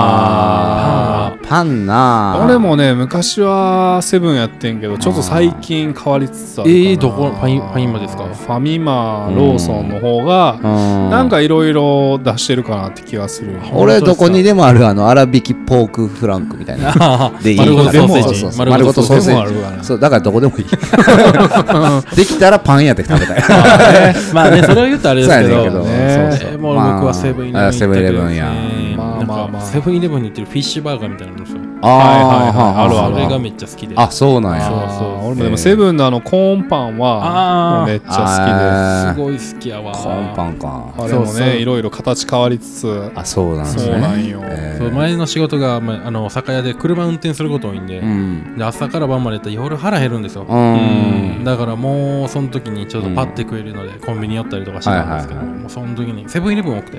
Speaker 2: あーパンな
Speaker 4: 俺もね昔はセブンやってんけどちょっと最近変わりつつあるかな
Speaker 3: えーどこファイファミマですか
Speaker 4: ファミマローソンの方が
Speaker 2: な
Speaker 4: なんかいろいろ出してるかなって気がする
Speaker 2: 俺どこにでもあるあの粗挽きポークフランクみたいな
Speaker 3: パンは
Speaker 2: でいい
Speaker 3: 丸ごとソーセ
Speaker 2: そうそ
Speaker 3: ー
Speaker 2: う
Speaker 3: ジ
Speaker 2: そう丸ごとソーセ
Speaker 4: 丸ごとソーセージでもあるわ
Speaker 2: ー
Speaker 4: な
Speaker 2: ジそうだからどこでもいいできたらパン屋で食べたいそう
Speaker 3: まあねそれを言うとあれです
Speaker 2: や
Speaker 3: け
Speaker 2: ねん
Speaker 3: ど
Speaker 2: けど
Speaker 4: ね
Speaker 2: そうそう
Speaker 3: えーもう
Speaker 2: まあ
Speaker 3: 僕はセブンイレブン
Speaker 2: あ
Speaker 3: 行った
Speaker 2: セブンイレブンや
Speaker 4: まあ
Speaker 3: まあ
Speaker 4: ま
Speaker 3: ま
Speaker 4: あま
Speaker 3: あま
Speaker 4: あ
Speaker 3: あセブンイレブンに売ってるフィッシュバーガーみたいなのあるんですよ
Speaker 2: ああ
Speaker 4: はいはいはい
Speaker 2: ある
Speaker 4: わ
Speaker 2: あ
Speaker 3: そ
Speaker 2: る
Speaker 3: れがめっちゃ好きで
Speaker 2: あそうなん
Speaker 3: そう
Speaker 2: や
Speaker 4: あー俺もでもセブンのあのコーンパンは
Speaker 3: あー
Speaker 4: めっちゃ
Speaker 3: すごい好きやわ
Speaker 2: 好コーンパンか
Speaker 4: 好きですあれも
Speaker 3: そうそう
Speaker 4: ねいろいろ形変わりつつ
Speaker 2: あそうなんです
Speaker 4: そう
Speaker 2: ね
Speaker 4: なんよ
Speaker 2: え
Speaker 3: そう前の仕事が、まあ、あの酒屋で車運転すること多いんで,、
Speaker 2: うん
Speaker 3: で朝から晩までやったら夜腹減るんですよ、
Speaker 2: うん
Speaker 3: だからもうその時にちょっとパッて食えるので、コンビニ寄ったりとかしてたんですけど、
Speaker 2: はいはい
Speaker 3: もうその時にセブンイレブン多くて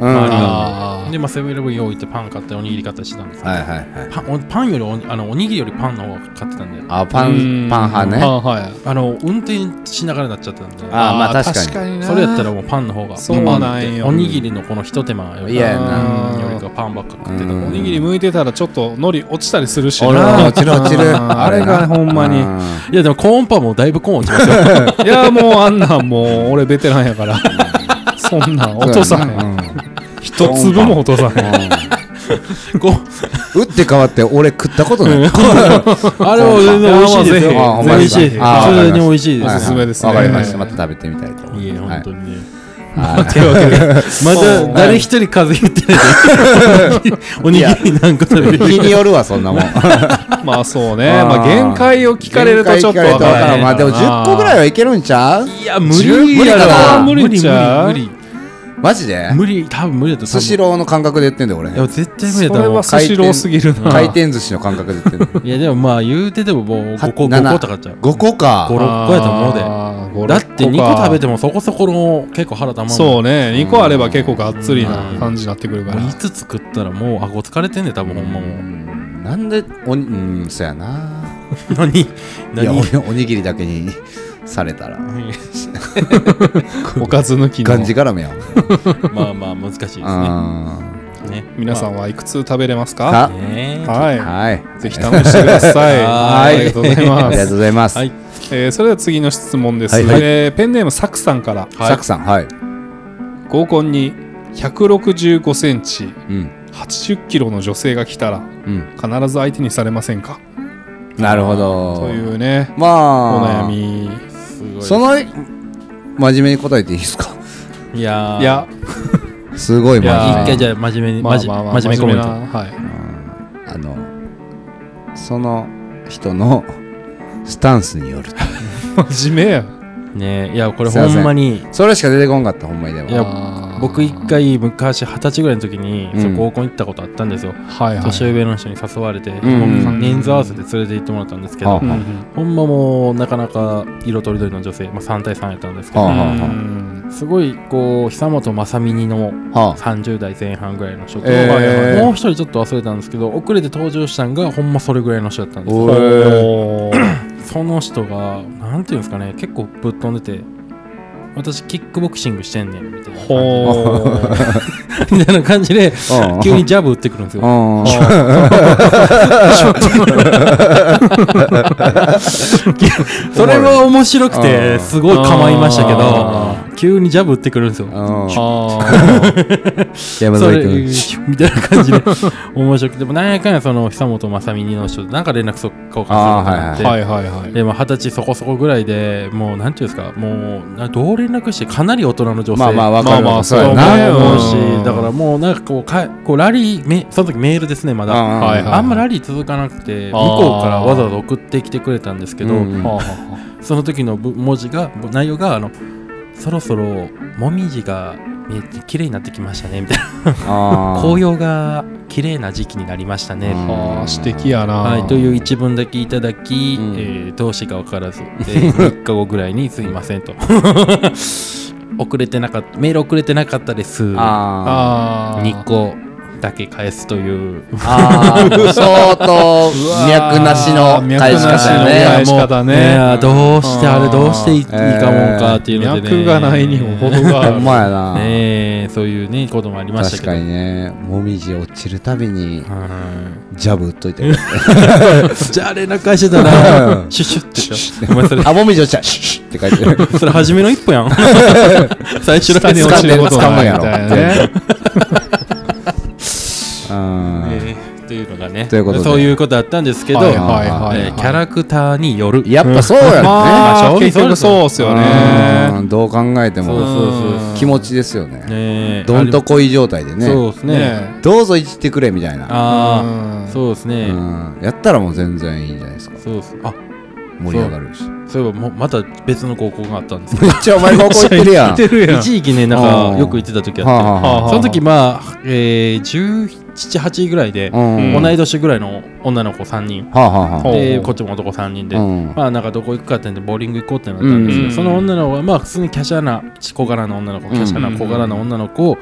Speaker 2: うん
Speaker 3: 周りが。
Speaker 4: あ
Speaker 3: で、まあ、セブンイレブン用意ってパン買ったりおにぎり買ったりしてたんですけど、
Speaker 2: はいはいはい。
Speaker 3: パンおパンよりおにあのおにぎりよりパンの方が買ってたんで
Speaker 2: あ、パン、パン派ね。
Speaker 4: パン派や
Speaker 3: あの運転しながらになっちゃったんで
Speaker 2: あまあ確かに
Speaker 4: な
Speaker 3: それやったらもうパンの方が
Speaker 4: そう
Speaker 3: パン
Speaker 4: なんよ
Speaker 3: おにぎりのこのひと手間がより
Speaker 2: いややな
Speaker 3: うんよりかパンばっか食ってた
Speaker 2: うん
Speaker 4: おにぎり剥いてたらちょっと海苔落ちたりするし
Speaker 2: 俺
Speaker 4: な
Speaker 2: 落ちる落ちる。
Speaker 4: うんあれがほんまに
Speaker 2: うん
Speaker 3: いやでもコーンパンもだいぶコーン落ちます よ
Speaker 4: いやもうあんなんもう俺ベテランやからそんなん落とさへん
Speaker 2: うん
Speaker 4: 一粒も落とさへん
Speaker 3: こ
Speaker 2: 打って変わって俺食ったことない。
Speaker 3: う あれは全然美味しいですよ
Speaker 4: あ
Speaker 2: ほん
Speaker 3: 全
Speaker 2: ま
Speaker 3: 然美
Speaker 2: で
Speaker 3: 味
Speaker 2: すか
Speaker 3: しいです
Speaker 2: あ
Speaker 3: 普通に美味しいで
Speaker 2: はい
Speaker 4: お
Speaker 2: はい
Speaker 4: すすめですね
Speaker 2: わかりました。また食べてみたいと思
Speaker 3: すい
Speaker 2: い
Speaker 3: や
Speaker 2: ま
Speaker 3: 本
Speaker 2: す。
Speaker 3: 当にね
Speaker 2: はい
Speaker 4: というわけで
Speaker 3: ま
Speaker 4: そ
Speaker 3: だ
Speaker 4: う
Speaker 3: 誰一人風邪ひいてない でおにぎりなんか食べ
Speaker 2: はい日
Speaker 3: て
Speaker 2: によるわ、そんなもん。
Speaker 4: まあそうね
Speaker 2: あー
Speaker 4: まあ限界 を聞かれるとちょっとわからへん
Speaker 2: まあでも
Speaker 4: な
Speaker 2: 10個ぐ らいはいけるんちゃう
Speaker 3: いや無
Speaker 2: 理
Speaker 3: 理
Speaker 2: やろ
Speaker 3: やろ
Speaker 4: 無理ちゃう
Speaker 3: 無理無理
Speaker 2: マジで
Speaker 3: 無理無理多分無理だと思
Speaker 2: ス
Speaker 3: う
Speaker 2: シローの感覚で言ってんだよ俺
Speaker 3: い。や絶対無理
Speaker 4: そ
Speaker 3: だと
Speaker 4: れ
Speaker 3: 思う
Speaker 4: はスシローすぎるな
Speaker 2: 回転寿司の感覚で言ってん の。
Speaker 3: いやでもまあ言うてでももう
Speaker 2: は
Speaker 3: 5個
Speaker 2: 七
Speaker 3: 5個とかちゃう
Speaker 2: 5個か。
Speaker 3: 五六個やと思うで
Speaker 4: う
Speaker 3: だって2個食べてもそこそこの結構腹たまんもん
Speaker 4: そうね2個あれば結構がっつりな感じになってくるか
Speaker 3: もう
Speaker 4: ら
Speaker 3: 5つ食ったらもう顎疲れてんねん多分ほんまも
Speaker 2: う
Speaker 3: うん
Speaker 2: なんで、おに、うん、そやな。
Speaker 3: 何
Speaker 2: いや
Speaker 3: 何
Speaker 2: おおにぎりだけにされたら
Speaker 4: おかず抜き
Speaker 2: 感
Speaker 4: の
Speaker 2: じ絡みやん、
Speaker 3: まあまあ難しいですね
Speaker 2: うん
Speaker 3: ね
Speaker 4: 皆さんはいくつ食べれますか
Speaker 2: さ
Speaker 3: ね
Speaker 4: は
Speaker 2: はい
Speaker 4: いぜひ試してください
Speaker 3: は
Speaker 4: はいいありがとうござい
Speaker 2: ありが
Speaker 4: ま
Speaker 2: とう
Speaker 4: す
Speaker 2: ございます、
Speaker 3: はい
Speaker 4: えーそれでは次の質問です
Speaker 2: はいはい
Speaker 4: えーペンネームサクさんから
Speaker 2: サクさんはい、
Speaker 4: 合コンに165センチ
Speaker 2: うん
Speaker 4: 80キロの女性が来たら
Speaker 2: うん、
Speaker 4: 必ず相手にされませんか
Speaker 2: なるほど
Speaker 4: というね
Speaker 2: ま
Speaker 4: お
Speaker 2: あ
Speaker 4: 悩み
Speaker 3: すごい
Speaker 2: その真面目に答えていいですか
Speaker 3: いやー
Speaker 4: いや
Speaker 2: すごい真
Speaker 4: いや
Speaker 2: 面
Speaker 3: 一
Speaker 2: 目
Speaker 3: 回じゃあ真面目に
Speaker 4: まあ
Speaker 3: まじ
Speaker 4: まあまあ
Speaker 3: 真面目コメント
Speaker 4: なはい
Speaker 2: うんあのその人のスタンスによる
Speaker 4: 真面目や
Speaker 3: ねいやこれ
Speaker 2: すいま
Speaker 3: ほ
Speaker 2: せん
Speaker 3: んまに
Speaker 2: それしか出てこんかったほんまにでも
Speaker 3: いや
Speaker 4: あー
Speaker 3: 僕一回昔二十歳ぐらいの時に
Speaker 2: うん
Speaker 3: そう合コン行ったことあったんですよ
Speaker 4: はいはい
Speaker 3: 年上の人に誘われて
Speaker 2: んうん
Speaker 3: ほんま人数合わせて連れて行ってもらったんですけど
Speaker 2: は
Speaker 4: うん
Speaker 3: ほんまもうなかなか色とりどりの女性、まあ、3対3やったんですけ
Speaker 2: は
Speaker 3: ど
Speaker 2: あはあは
Speaker 4: うん
Speaker 3: すごいこう久本雅美の
Speaker 2: は
Speaker 3: 30代前半ぐらいの人と、
Speaker 2: えー
Speaker 3: もう一人ちょっと忘れたんですけど遅れて登場したんがほんまそれぐらいの人だったんです
Speaker 2: お
Speaker 3: よ
Speaker 2: ー
Speaker 4: おー
Speaker 3: その人がなんていうんですかね結構ぶっ飛んでて私キックボクシングしてんねんみたいな感じ
Speaker 4: ほー
Speaker 3: でみたいな感 じで
Speaker 2: あ
Speaker 3: 急にジャブ打ってくるんですよ
Speaker 2: うん
Speaker 3: それは面白く
Speaker 2: う
Speaker 3: て
Speaker 2: ん
Speaker 3: すごい構いましたけ
Speaker 4: あ
Speaker 3: ど急にジャブ打ってくるんですよ
Speaker 2: うん
Speaker 4: あ
Speaker 2: 山
Speaker 3: そ
Speaker 2: 添
Speaker 3: れ
Speaker 2: 君
Speaker 3: みたいな感じで面白くてでもなんやかんやその久本雅美の人となんか連絡交換することになって
Speaker 4: ーはいはいはい
Speaker 3: でまあ二十歳そこそこぐらいでもうなんていうんですかもうなどう連絡してかなり大人の女性
Speaker 2: まあまあわかる
Speaker 4: まあま
Speaker 2: わ
Speaker 4: あ
Speaker 2: そうや
Speaker 4: そう
Speaker 2: な
Speaker 4: ね
Speaker 3: 思うし、
Speaker 4: うん
Speaker 3: だからもうなんかこうかこうラリーめその時メールですねまだ、
Speaker 2: うんうん
Speaker 4: はいはい
Speaker 3: あんまラリー続かなくて向
Speaker 4: あー
Speaker 3: こうからわざわざ送ってきてくれたんですけど、
Speaker 2: うんうん
Speaker 4: はあは
Speaker 3: その時のぶ文字がぶ内容があのそろそろもみじが見えて綺麗になってきましたねみたいな
Speaker 2: あー
Speaker 3: 紅葉が綺麗な時期になりましたね、
Speaker 2: うん
Speaker 4: あはあ指摘やな
Speaker 3: はい、という一文だけいただき、
Speaker 2: うん
Speaker 3: えーどうしてか分 からず、えー3日後ぐらいに「すいません」と 遅れてなかったメール遅れてなかったです2
Speaker 2: あ
Speaker 4: ああ
Speaker 3: 個だけ返すという
Speaker 2: ーあー、相当脈なしの返し方や
Speaker 4: 返
Speaker 2: ね。
Speaker 4: し方ね
Speaker 3: いやーどうしてあれどうしていい,、
Speaker 2: ー
Speaker 3: いいかもんかっていうのでね
Speaker 4: 脈がないにも程があ
Speaker 2: ほ
Speaker 4: る
Speaker 2: んまやな。
Speaker 3: ねえそういうねこともありました
Speaker 2: 確
Speaker 3: けど
Speaker 2: かにね、もみじ落ちるたびに
Speaker 3: うん
Speaker 2: ジャブ打っといて。
Speaker 3: じゃあ連絡返してたら
Speaker 2: うん
Speaker 3: シュッシュッてしょお前それ
Speaker 2: あ、もみじ落ちた。シュッシュッって書いてる。
Speaker 3: それ初めの一歩や ん最初
Speaker 4: 下
Speaker 3: だけ
Speaker 4: に
Speaker 3: で
Speaker 4: 落
Speaker 3: 落
Speaker 4: ち
Speaker 3: ち
Speaker 4: る
Speaker 3: る
Speaker 4: こ
Speaker 3: ことと
Speaker 2: 掴む
Speaker 4: ない
Speaker 2: や
Speaker 4: み
Speaker 2: ろ
Speaker 4: たいなね
Speaker 2: うん。
Speaker 3: えーというのがね
Speaker 2: ということで
Speaker 3: そういうことだったんですけど、
Speaker 4: はいはいはいはい
Speaker 3: えーキャラクターによる
Speaker 2: やっぱそうや
Speaker 3: あ
Speaker 2: ろ
Speaker 4: まあ
Speaker 3: 正直
Speaker 4: 結局そうっす
Speaker 2: ね
Speaker 4: よね
Speaker 2: うん。どう考えて
Speaker 3: そう
Speaker 2: も
Speaker 3: そうそう
Speaker 4: うん
Speaker 2: 気持ちですよね。
Speaker 3: ねえ
Speaker 2: どんとこい状態で
Speaker 3: あれそ
Speaker 2: ね。
Speaker 3: うですね
Speaker 4: ね
Speaker 2: どうぞいじってくれみたいな。
Speaker 3: ああ
Speaker 4: うん
Speaker 3: そうですね、
Speaker 2: うんやったらもう全然いいんじゃないですか。
Speaker 3: そうですあ
Speaker 2: 盛り上が るし。
Speaker 3: そういえばもうまた別の高校があったんですけ
Speaker 2: めっちゃお前が怒ってる やん。
Speaker 4: てる
Speaker 3: ど一時期ねなん
Speaker 2: あ
Speaker 3: か
Speaker 2: ー
Speaker 3: よく行ってた時あって
Speaker 2: はあはあはあ
Speaker 3: その時まあ、えー、10 7、8ぐらいで、
Speaker 2: うん
Speaker 4: うん
Speaker 3: 同い年ぐらいの女の子3人、
Speaker 2: はあはあはあ
Speaker 4: ほう
Speaker 3: でこっちも男3人で、
Speaker 2: うん
Speaker 3: まあなんかどこ行くかってんでボーリング行こうってなったんですけど、
Speaker 4: うん
Speaker 3: その女の子がまあ普通に華奢な小柄な女の子華奢な小柄な女の子を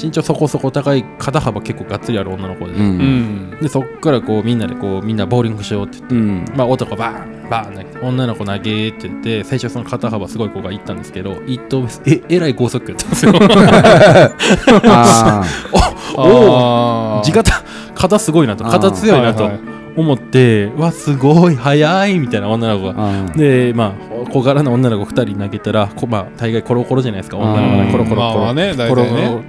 Speaker 3: 身長そこそこ高い肩幅結構がっつりある女の子で,、
Speaker 2: うん
Speaker 4: うん
Speaker 3: でそっからこうみんなでこうみんなボーリングしようって言って。
Speaker 2: うん
Speaker 3: まあ、男バーンバーン投げて女の子投げって言って最初その肩幅すごい子が行ったんですけど一投目ええらい高速やった んですよ
Speaker 2: あ
Speaker 4: お
Speaker 3: 地肩肩すごいなと肩強いなと
Speaker 4: はいはい
Speaker 3: 思って、わすごい速いみたいな女の子が。
Speaker 2: ー
Speaker 3: でまあ小柄な女の子2人投げたらこ、まあ、大概コロコロじゃないですか女の子
Speaker 2: う
Speaker 3: ね
Speaker 2: ん
Speaker 3: コロコロ
Speaker 4: まあ
Speaker 3: コ
Speaker 4: ま
Speaker 3: ロ、
Speaker 4: あね大
Speaker 3: コロ
Speaker 4: 体
Speaker 3: コロ
Speaker 4: ね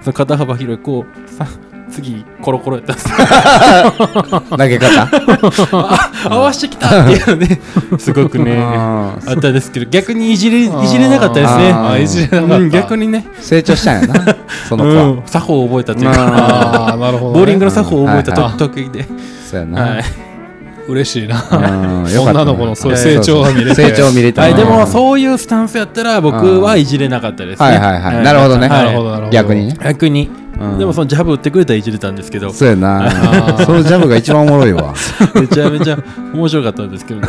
Speaker 3: その肩幅広い子さ次コロコロ やったんですよ
Speaker 2: 投げ方
Speaker 3: 合わしてきたっていうねすごくねあ
Speaker 2: あー
Speaker 3: ったんですけど逆にいじれいじれなかったですね
Speaker 2: あー
Speaker 4: あいじれなかった
Speaker 3: うん、逆にね、
Speaker 2: 成長したんや なその子
Speaker 3: う
Speaker 2: は
Speaker 3: ん、作法を覚えたというか、
Speaker 4: ああなるほどね
Speaker 3: ボーリングの作法を覚えた
Speaker 2: うんはいは
Speaker 3: と得意で、
Speaker 2: そうやな
Speaker 3: はい、
Speaker 4: 嬉しいな
Speaker 2: うんよかったな
Speaker 4: 女の子のそういう成長が見れて
Speaker 2: そうそう成長見れた
Speaker 3: は
Speaker 2: な。
Speaker 3: い、でもそういうスタンスやったら僕はいじれなかったですね。
Speaker 2: はいはいはいなるほどね
Speaker 3: はい
Speaker 4: なるほどなるほど
Speaker 2: 逆にね。
Speaker 3: 逆
Speaker 2: う
Speaker 3: に、
Speaker 2: ん
Speaker 3: でもそのジャブ打ってくれたらいじれたんですけど、
Speaker 2: そうやな。そのジャブが一番おもろいわ。
Speaker 3: めちゃめちゃ面白かったんですけど、ね、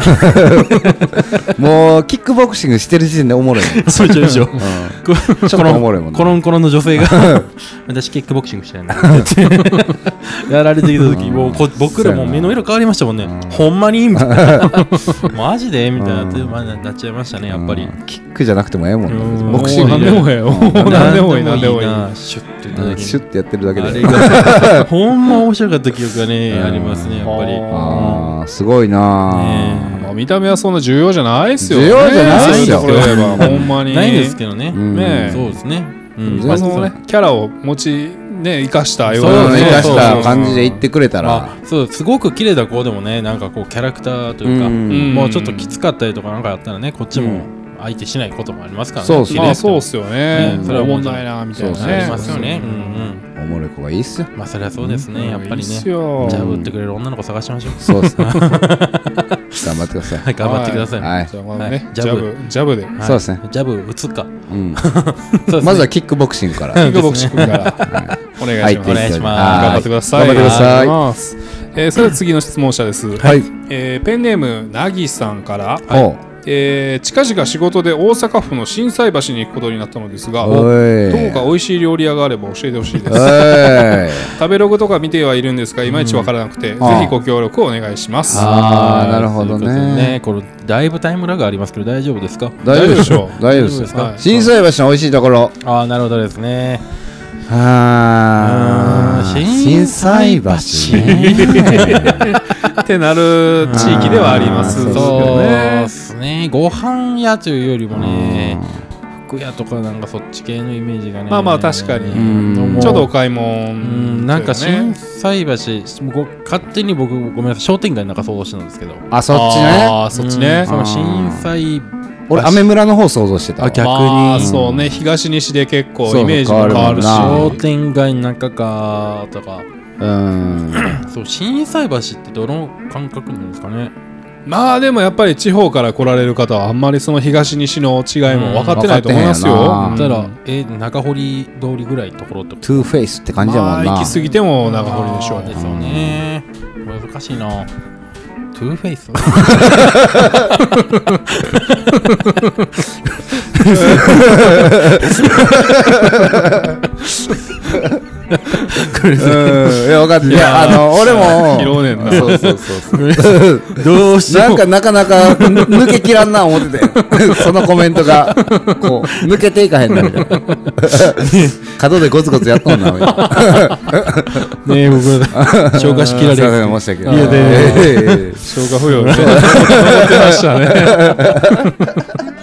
Speaker 2: もう、キックボクシングしてる時点でおもろいね。
Speaker 3: そうでしょ。
Speaker 2: う
Speaker 3: こ
Speaker 2: んちょっとおもろいもんね
Speaker 3: コロンコロンの女性が私キックボクシングしたいなって言ってやられてきた時もうこ僕らもう目の色変わりましたもんねほんまにみたい なマジでみたいなってまあなっちゃいましたねやっぱり
Speaker 2: うんキックじゃなくてもええもん
Speaker 3: うん
Speaker 2: な。ボクシング
Speaker 4: もう何でもええよもう何でもいい何でもいい
Speaker 3: なシュッて言った時
Speaker 2: うん
Speaker 3: に
Speaker 2: シュッてやってるだけ
Speaker 3: あれ
Speaker 2: で。
Speaker 3: がほんま面白かった記憶がね、
Speaker 2: うん
Speaker 3: ありますねやっぱり。
Speaker 4: あ
Speaker 2: ああ、すごいな
Speaker 4: まあ見た目はそんな重要じゃないっすよね
Speaker 2: 重要じゃないっすよ
Speaker 4: これはほんま
Speaker 3: ね
Speaker 4: に
Speaker 3: ないですけどね。
Speaker 2: うん
Speaker 4: ねえ
Speaker 3: そうですね。うん
Speaker 2: 全然
Speaker 4: まあそのねキャラを持ちね生かしたよ
Speaker 2: そういうの
Speaker 3: そう
Speaker 2: 生
Speaker 3: ね
Speaker 2: かし
Speaker 3: そうそ
Speaker 2: た
Speaker 3: う
Speaker 2: 感じで言ってくれたら
Speaker 3: あ。そうすごく綺麗だ子でもねなんかこうキャラクターというか、
Speaker 2: うん
Speaker 3: もうちょっときつかったりとかなんかやったらねこっちも相手しないこともありますからね。
Speaker 2: そうそう
Speaker 3: 綺麗
Speaker 4: ま
Speaker 3: で
Speaker 4: あ
Speaker 3: す
Speaker 4: そうっすよね
Speaker 2: うん
Speaker 4: それは問題なみたいな
Speaker 2: そうそう
Speaker 3: あ
Speaker 4: ね
Speaker 3: りますよね。うんうん。
Speaker 2: おもろい子がいいっすよ。
Speaker 3: まあそれはそうですね、やっぱりね。
Speaker 4: いいっす
Speaker 3: じゃ
Speaker 4: よ
Speaker 3: あ打ってくれる女の子探しましょう。
Speaker 2: そうっすね。頑張ってくださ。
Speaker 3: はいい頑張ってください。
Speaker 2: はい
Speaker 4: じ。ゃあまあね
Speaker 3: はい
Speaker 4: ジャブジャブで
Speaker 3: はい
Speaker 2: そうですね
Speaker 3: ジャブ打つか。
Speaker 2: うん
Speaker 3: そうですね
Speaker 2: まずはキックボクシングから。
Speaker 4: キングボクシング からお願いし
Speaker 2: 入っ
Speaker 4: ま
Speaker 2: てい
Speaker 4: す
Speaker 3: お願
Speaker 2: ただ
Speaker 3: いし
Speaker 2: て
Speaker 3: ます
Speaker 2: は
Speaker 4: 頑張ってください。
Speaker 2: 頑張ってくだ
Speaker 4: あ
Speaker 2: さい。
Speaker 4: りがとうござます。えーそれでは次の質問者です。
Speaker 2: はい。
Speaker 4: えーペンネームなぎさんから、
Speaker 2: おう
Speaker 4: えー近々仕事で大阪府の心斎橋に行くことになったのですが、
Speaker 2: お
Speaker 4: ど
Speaker 2: い。
Speaker 4: うか美味しい料理屋があれば教えてほしいです。
Speaker 2: おい。
Speaker 4: 食べログとか見てはいるんですが、いまいちわからなくて、ぜ
Speaker 2: あー
Speaker 4: ひご協力をお願いします。
Speaker 2: あ
Speaker 4: あ
Speaker 2: あー
Speaker 3: ー
Speaker 2: なるほどね
Speaker 3: そういうことねこれだいぶタイムラグありますけど大丈夫ですか
Speaker 2: 大丈夫でし
Speaker 4: 大丈
Speaker 2: ょ
Speaker 4: 夫でしょ
Speaker 2: 大丈夫です
Speaker 4: すか
Speaker 2: か心斎橋の美味しいところ
Speaker 3: ああなるほどですね
Speaker 2: あ
Speaker 3: うーん
Speaker 2: 心斎橋ね
Speaker 4: ってなる地域ではあります
Speaker 2: あー
Speaker 3: そう
Speaker 4: ね
Speaker 3: で。すねご飯屋というよりもね服屋とかなんかそっち系のイメージがね
Speaker 4: まあまあ確かに
Speaker 2: うん
Speaker 4: ちょっとお買いう物、
Speaker 3: んなんか心斎橋ご勝手に僕ごめんなさい商店街なんか想像してたんですけど
Speaker 2: あそっちね
Speaker 4: あーそっちね
Speaker 3: うん。その心斎
Speaker 2: 俺雨村の方想像してたわ
Speaker 3: あ逆
Speaker 4: まあ
Speaker 3: に
Speaker 4: そうね東西で結構
Speaker 2: そう
Speaker 4: イメージも変わるし
Speaker 2: 変わるも
Speaker 3: 商
Speaker 2: んな
Speaker 3: 店街の中かとか
Speaker 2: うん
Speaker 3: そう心斎橋ってどの感覚なんですかね
Speaker 4: まあでもやっぱり地方から来られる方はあんまりその東西の違いも分かってないと思いますよ。
Speaker 2: うん分
Speaker 3: た
Speaker 4: ただ
Speaker 3: らえ中堀通りぐらいのところってこと
Speaker 2: トゥーフェイスって感じだも
Speaker 4: ま
Speaker 2: ん
Speaker 4: あ
Speaker 2: な
Speaker 4: 行き過ぎても長堀でしょ
Speaker 3: あ
Speaker 4: う
Speaker 3: ー
Speaker 4: ね
Speaker 3: で。すよね。難しいな。トゥーフェ イス
Speaker 2: うんいや分かってるいやあの俺も
Speaker 4: 拾うねんな
Speaker 2: そうそうそうそう
Speaker 3: どうし
Speaker 2: なんかなかなか抜けきらんな思ってて そのコメントがこう抜けていかへんなみたいな角でゴツゴツやっとんなみたいな
Speaker 3: ねえ、僕、 消化しきら
Speaker 2: すいま
Speaker 3: れ
Speaker 2: せ
Speaker 3: る。
Speaker 2: ん申し訳ない
Speaker 3: いやで
Speaker 2: いやいやいや
Speaker 4: 消化不良ね。残ってましたね。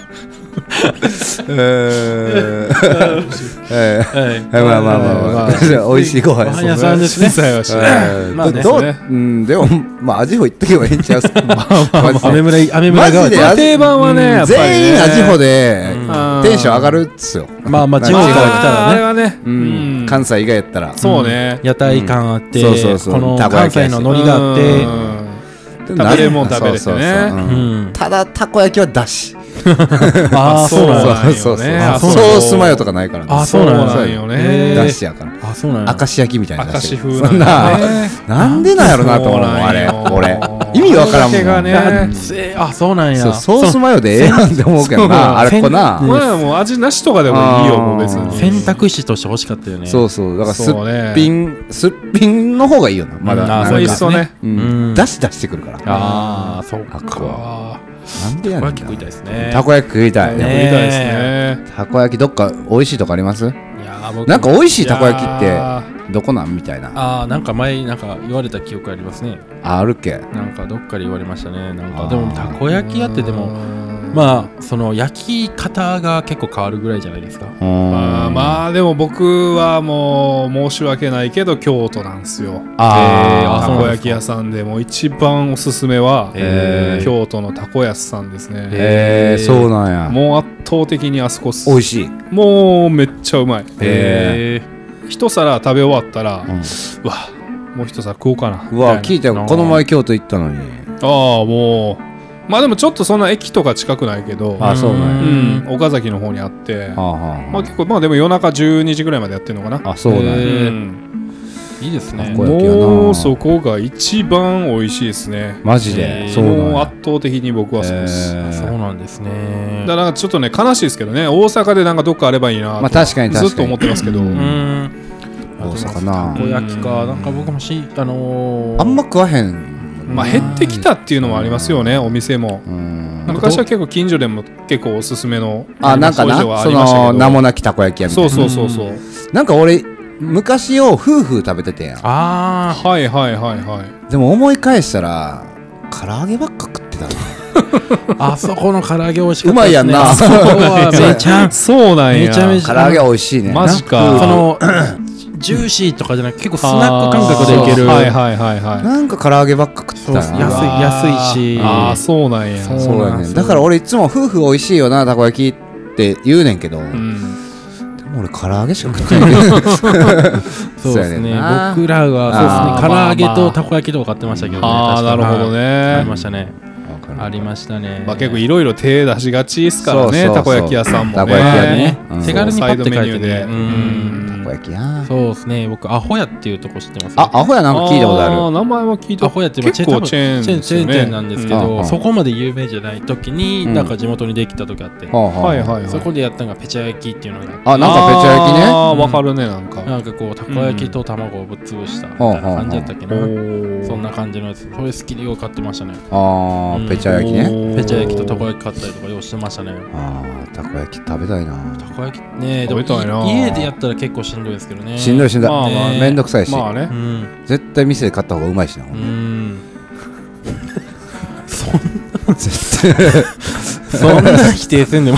Speaker 2: えー
Speaker 3: はい。
Speaker 2: まあまあまあまあ美味しいご飯
Speaker 3: ご飯屋さんですね
Speaker 4: 心斎
Speaker 2: えー
Speaker 3: まあね
Speaker 2: どう
Speaker 4: ですね
Speaker 2: うんでもまあ味穂行っとけばいいんちゃうまあ
Speaker 3: 雨村い、雨
Speaker 2: マ
Speaker 3: 村
Speaker 2: ジ
Speaker 3: 川
Speaker 2: で
Speaker 4: 橋。定番はね、やっぱりね
Speaker 2: 全員味穂で
Speaker 4: ん
Speaker 2: テンション上がるっすよ
Speaker 3: まあまあ、地方
Speaker 4: ま
Speaker 3: か
Speaker 4: あ
Speaker 3: ら来
Speaker 4: あ
Speaker 3: た
Speaker 4: れ
Speaker 3: らね、
Speaker 4: はね、う
Speaker 2: うん
Speaker 4: ん
Speaker 2: 関西以外やったら
Speaker 4: そうね。
Speaker 3: 屋台感あって、
Speaker 2: うんそうそうそう
Speaker 3: この
Speaker 2: たこ
Speaker 3: 関
Speaker 2: 焼き
Speaker 3: 西
Speaker 2: やし
Speaker 3: のノリがあって、
Speaker 2: 食
Speaker 4: 食べれるもん食べれてね
Speaker 3: うん。
Speaker 2: ただたこ焼きはだし
Speaker 3: ああ、
Speaker 4: そ
Speaker 3: そうう
Speaker 4: な
Speaker 3: なんん
Speaker 4: だ
Speaker 3: だ。
Speaker 2: そうそうそう
Speaker 4: あ
Speaker 2: ソ
Speaker 4: そう
Speaker 2: ースマヨとかないからね
Speaker 3: あ
Speaker 4: そ
Speaker 3: そうう
Speaker 4: な
Speaker 3: なん
Speaker 4: んよ
Speaker 3: へ
Speaker 4: ね。
Speaker 3: ー
Speaker 2: だしやから
Speaker 3: ああそうなんや
Speaker 2: 明石焼きみたいなの
Speaker 4: 明
Speaker 2: 出して
Speaker 4: 石
Speaker 2: る
Speaker 4: 風
Speaker 2: そん
Speaker 4: な
Speaker 2: なん
Speaker 4: やね
Speaker 2: なんでなんやろなと思う
Speaker 4: そう
Speaker 2: あ
Speaker 4: なん
Speaker 2: れ
Speaker 4: よ
Speaker 2: 俺意味わからんも
Speaker 4: これだけが
Speaker 2: ん、
Speaker 4: ね
Speaker 3: あせあそうなんや
Speaker 2: そうソースマヨでええやんって思うけどなあ
Speaker 3: そう
Speaker 2: れっこな
Speaker 3: せん
Speaker 4: これはもう味なしとかでもいいよもう別
Speaker 2: あ
Speaker 4: に
Speaker 3: 選択肢として欲しかったよね
Speaker 2: そうそうだからすっ
Speaker 4: そうね
Speaker 2: ぴんすっぴんの方がいいよなまだ
Speaker 3: うん
Speaker 2: な
Speaker 3: あ
Speaker 2: ん
Speaker 3: そ
Speaker 2: か
Speaker 4: お
Speaker 3: う
Speaker 4: い
Speaker 3: で
Speaker 4: し
Speaker 3: す
Speaker 4: そうね
Speaker 3: うん
Speaker 2: 出し出してくるから
Speaker 3: ああそうか
Speaker 2: あ
Speaker 4: う
Speaker 2: か
Speaker 4: わー
Speaker 2: なんでや
Speaker 3: こ
Speaker 2: ね
Speaker 3: れは
Speaker 2: ん
Speaker 3: 結構
Speaker 2: な
Speaker 3: 痛いですね
Speaker 2: たこ焼き食いたい
Speaker 4: や
Speaker 3: ね
Speaker 4: りたいですね
Speaker 2: たこ焼きどっか美味しいとこあります
Speaker 3: いやー僕
Speaker 2: なんか美味しいたこ焼きっ
Speaker 4: い
Speaker 2: て
Speaker 4: や
Speaker 2: どこなんみたいな
Speaker 3: ああなんか前なんか言われた記憶ありますね
Speaker 2: ああるけ
Speaker 3: なんかどっかで言われましたねなん
Speaker 2: あ
Speaker 3: か
Speaker 2: ー
Speaker 3: でもたこ焼き屋ってでもまあその焼き方が結構変わるぐらいじゃないですか
Speaker 2: うーん
Speaker 4: まあまあでも僕はもう申し訳ないけど京都なんですよ
Speaker 3: あー
Speaker 4: で
Speaker 3: あ
Speaker 4: た
Speaker 3: そうなんですか
Speaker 4: こ焼き屋さんでも一番おすすめは
Speaker 2: へー
Speaker 4: 京都のたこやすさんですね
Speaker 2: へえそうなんや
Speaker 4: もう圧倒的にあそこっす
Speaker 2: 美味しい
Speaker 4: もうめっちゃうまい
Speaker 2: へ
Speaker 4: 一皿食べ終わったら
Speaker 2: うん
Speaker 4: うわもう一皿食おうかな
Speaker 2: うわ聞いたよ
Speaker 3: な
Speaker 2: この前京都行ったのに
Speaker 4: ああもうまあでもちょっとそんな駅とか近くないけど
Speaker 2: あそうなんや
Speaker 4: うん岡崎の方にあって
Speaker 2: はあは
Speaker 4: まあ結構まあでも夜中12時ぐらいまでやってるのかな
Speaker 2: ああそうなん
Speaker 3: へ
Speaker 2: や
Speaker 3: え
Speaker 4: うん
Speaker 3: いいですね
Speaker 2: こ焼きやな
Speaker 4: もうそこが一番美味しいですね
Speaker 2: マジ
Speaker 3: へ
Speaker 2: で
Speaker 3: え
Speaker 2: そうなん
Speaker 4: もう
Speaker 2: や
Speaker 4: 圧倒的に僕はそうです、
Speaker 2: へえ
Speaker 3: そうなんですね
Speaker 4: だからなんかちょっとね悲しいですけどね大阪でなんかどっかあればいいなと
Speaker 2: まあ確かに確かに
Speaker 4: ずっと思ってますけど、
Speaker 2: う
Speaker 3: うんーん
Speaker 2: 大阪な
Speaker 3: たこ焼きかなんか僕もしあのー
Speaker 2: あんま食わへん
Speaker 4: まあ減ってきたっていうのもありますよねお店も
Speaker 2: うん
Speaker 4: 昔は結構近所でも結構おすすめの
Speaker 2: あなんかな
Speaker 4: 工場はあ
Speaker 2: そ
Speaker 4: りましたけど
Speaker 2: の名もなきたこ焼き屋みたい
Speaker 4: そう
Speaker 2: な
Speaker 4: そうそうそう、
Speaker 2: なんか俺昔を夫婦食べててんやん
Speaker 3: あ
Speaker 4: はいはいはいはい
Speaker 2: でも思い返したら唐揚げばっか食ってたな
Speaker 3: ーあそこの唐揚げ美味しかった
Speaker 2: うまいやんな
Speaker 3: あそこはめ ちゃ
Speaker 4: そうなんや
Speaker 3: めちゃめちゃ
Speaker 2: 唐揚げ美味しいね
Speaker 4: マジか
Speaker 3: その ジューシーとかじゃなくて結構スナック感覚でいける
Speaker 4: はいはいはいはい
Speaker 2: なんか唐揚げばっか食ってた
Speaker 3: そう安い
Speaker 2: な
Speaker 3: 安いし
Speaker 4: ああそうなんや
Speaker 3: そう
Speaker 2: そうやねんだから俺いつも夫婦美味しいよなたこ焼きって言うねんけど、
Speaker 4: うん
Speaker 2: でも俺唐揚げしか食ってない
Speaker 3: そうですね
Speaker 2: そうやねんな
Speaker 3: 僕らは
Speaker 4: あー
Speaker 3: そうですね唐揚げ
Speaker 4: まあま
Speaker 3: と
Speaker 4: あ
Speaker 3: たこ焼きとか買ってましたけどね
Speaker 4: ああなるほど
Speaker 3: ね
Speaker 4: ね
Speaker 3: ありましたねありましたね
Speaker 4: まあ、結構いろいろ手出しがちですから
Speaker 2: そう
Speaker 4: ね
Speaker 2: そうそう
Speaker 4: たこ焼き屋さんもね
Speaker 2: たこ焼き屋ねうん
Speaker 3: 手軽にパッて書いてね
Speaker 4: サイドメニューで
Speaker 3: うん
Speaker 2: たこ焼きや
Speaker 3: そうですね僕アホやっていうとこ知ってます
Speaker 2: あアホやなんか聞いたことある
Speaker 4: ー名前は聞いた
Speaker 3: アホやってまあ
Speaker 4: 結構チェーン
Speaker 3: チェーンチェーン店なんですけ
Speaker 2: うんうんう
Speaker 3: ど
Speaker 2: ん
Speaker 3: そこまで有名じゃない時に
Speaker 2: うん
Speaker 3: なんか地元にできた時あって
Speaker 2: はあはあ
Speaker 4: はいはいはい
Speaker 3: そこでやったのがペチャ焼きっていうのがあって
Speaker 2: あなんかペチャ焼きね
Speaker 4: あーわかるねなんか、
Speaker 3: なんかこうたこ焼きと卵をぶっ潰したみたいな感じだったっけな
Speaker 4: お
Speaker 3: そんな感じのやつそれ好きでよう買ってましたね
Speaker 2: あーペチャ焼きね
Speaker 3: ペチャ焼きとたこ焼き買ったりとかようしてましたね
Speaker 2: あーたこ焼き食べたいな
Speaker 3: たこ焼きねでも
Speaker 4: 食べたいな
Speaker 3: 家でやったら結構しんどいですけどね
Speaker 2: しんどい
Speaker 3: し
Speaker 2: しんどい、
Speaker 4: まあ
Speaker 3: まあね
Speaker 2: めんどくさいし、
Speaker 4: まあ
Speaker 3: う
Speaker 4: ね
Speaker 3: ん
Speaker 2: 絶対店で買った方がうまいしな、
Speaker 3: うん
Speaker 2: 絶対
Speaker 3: そんな否定せんでも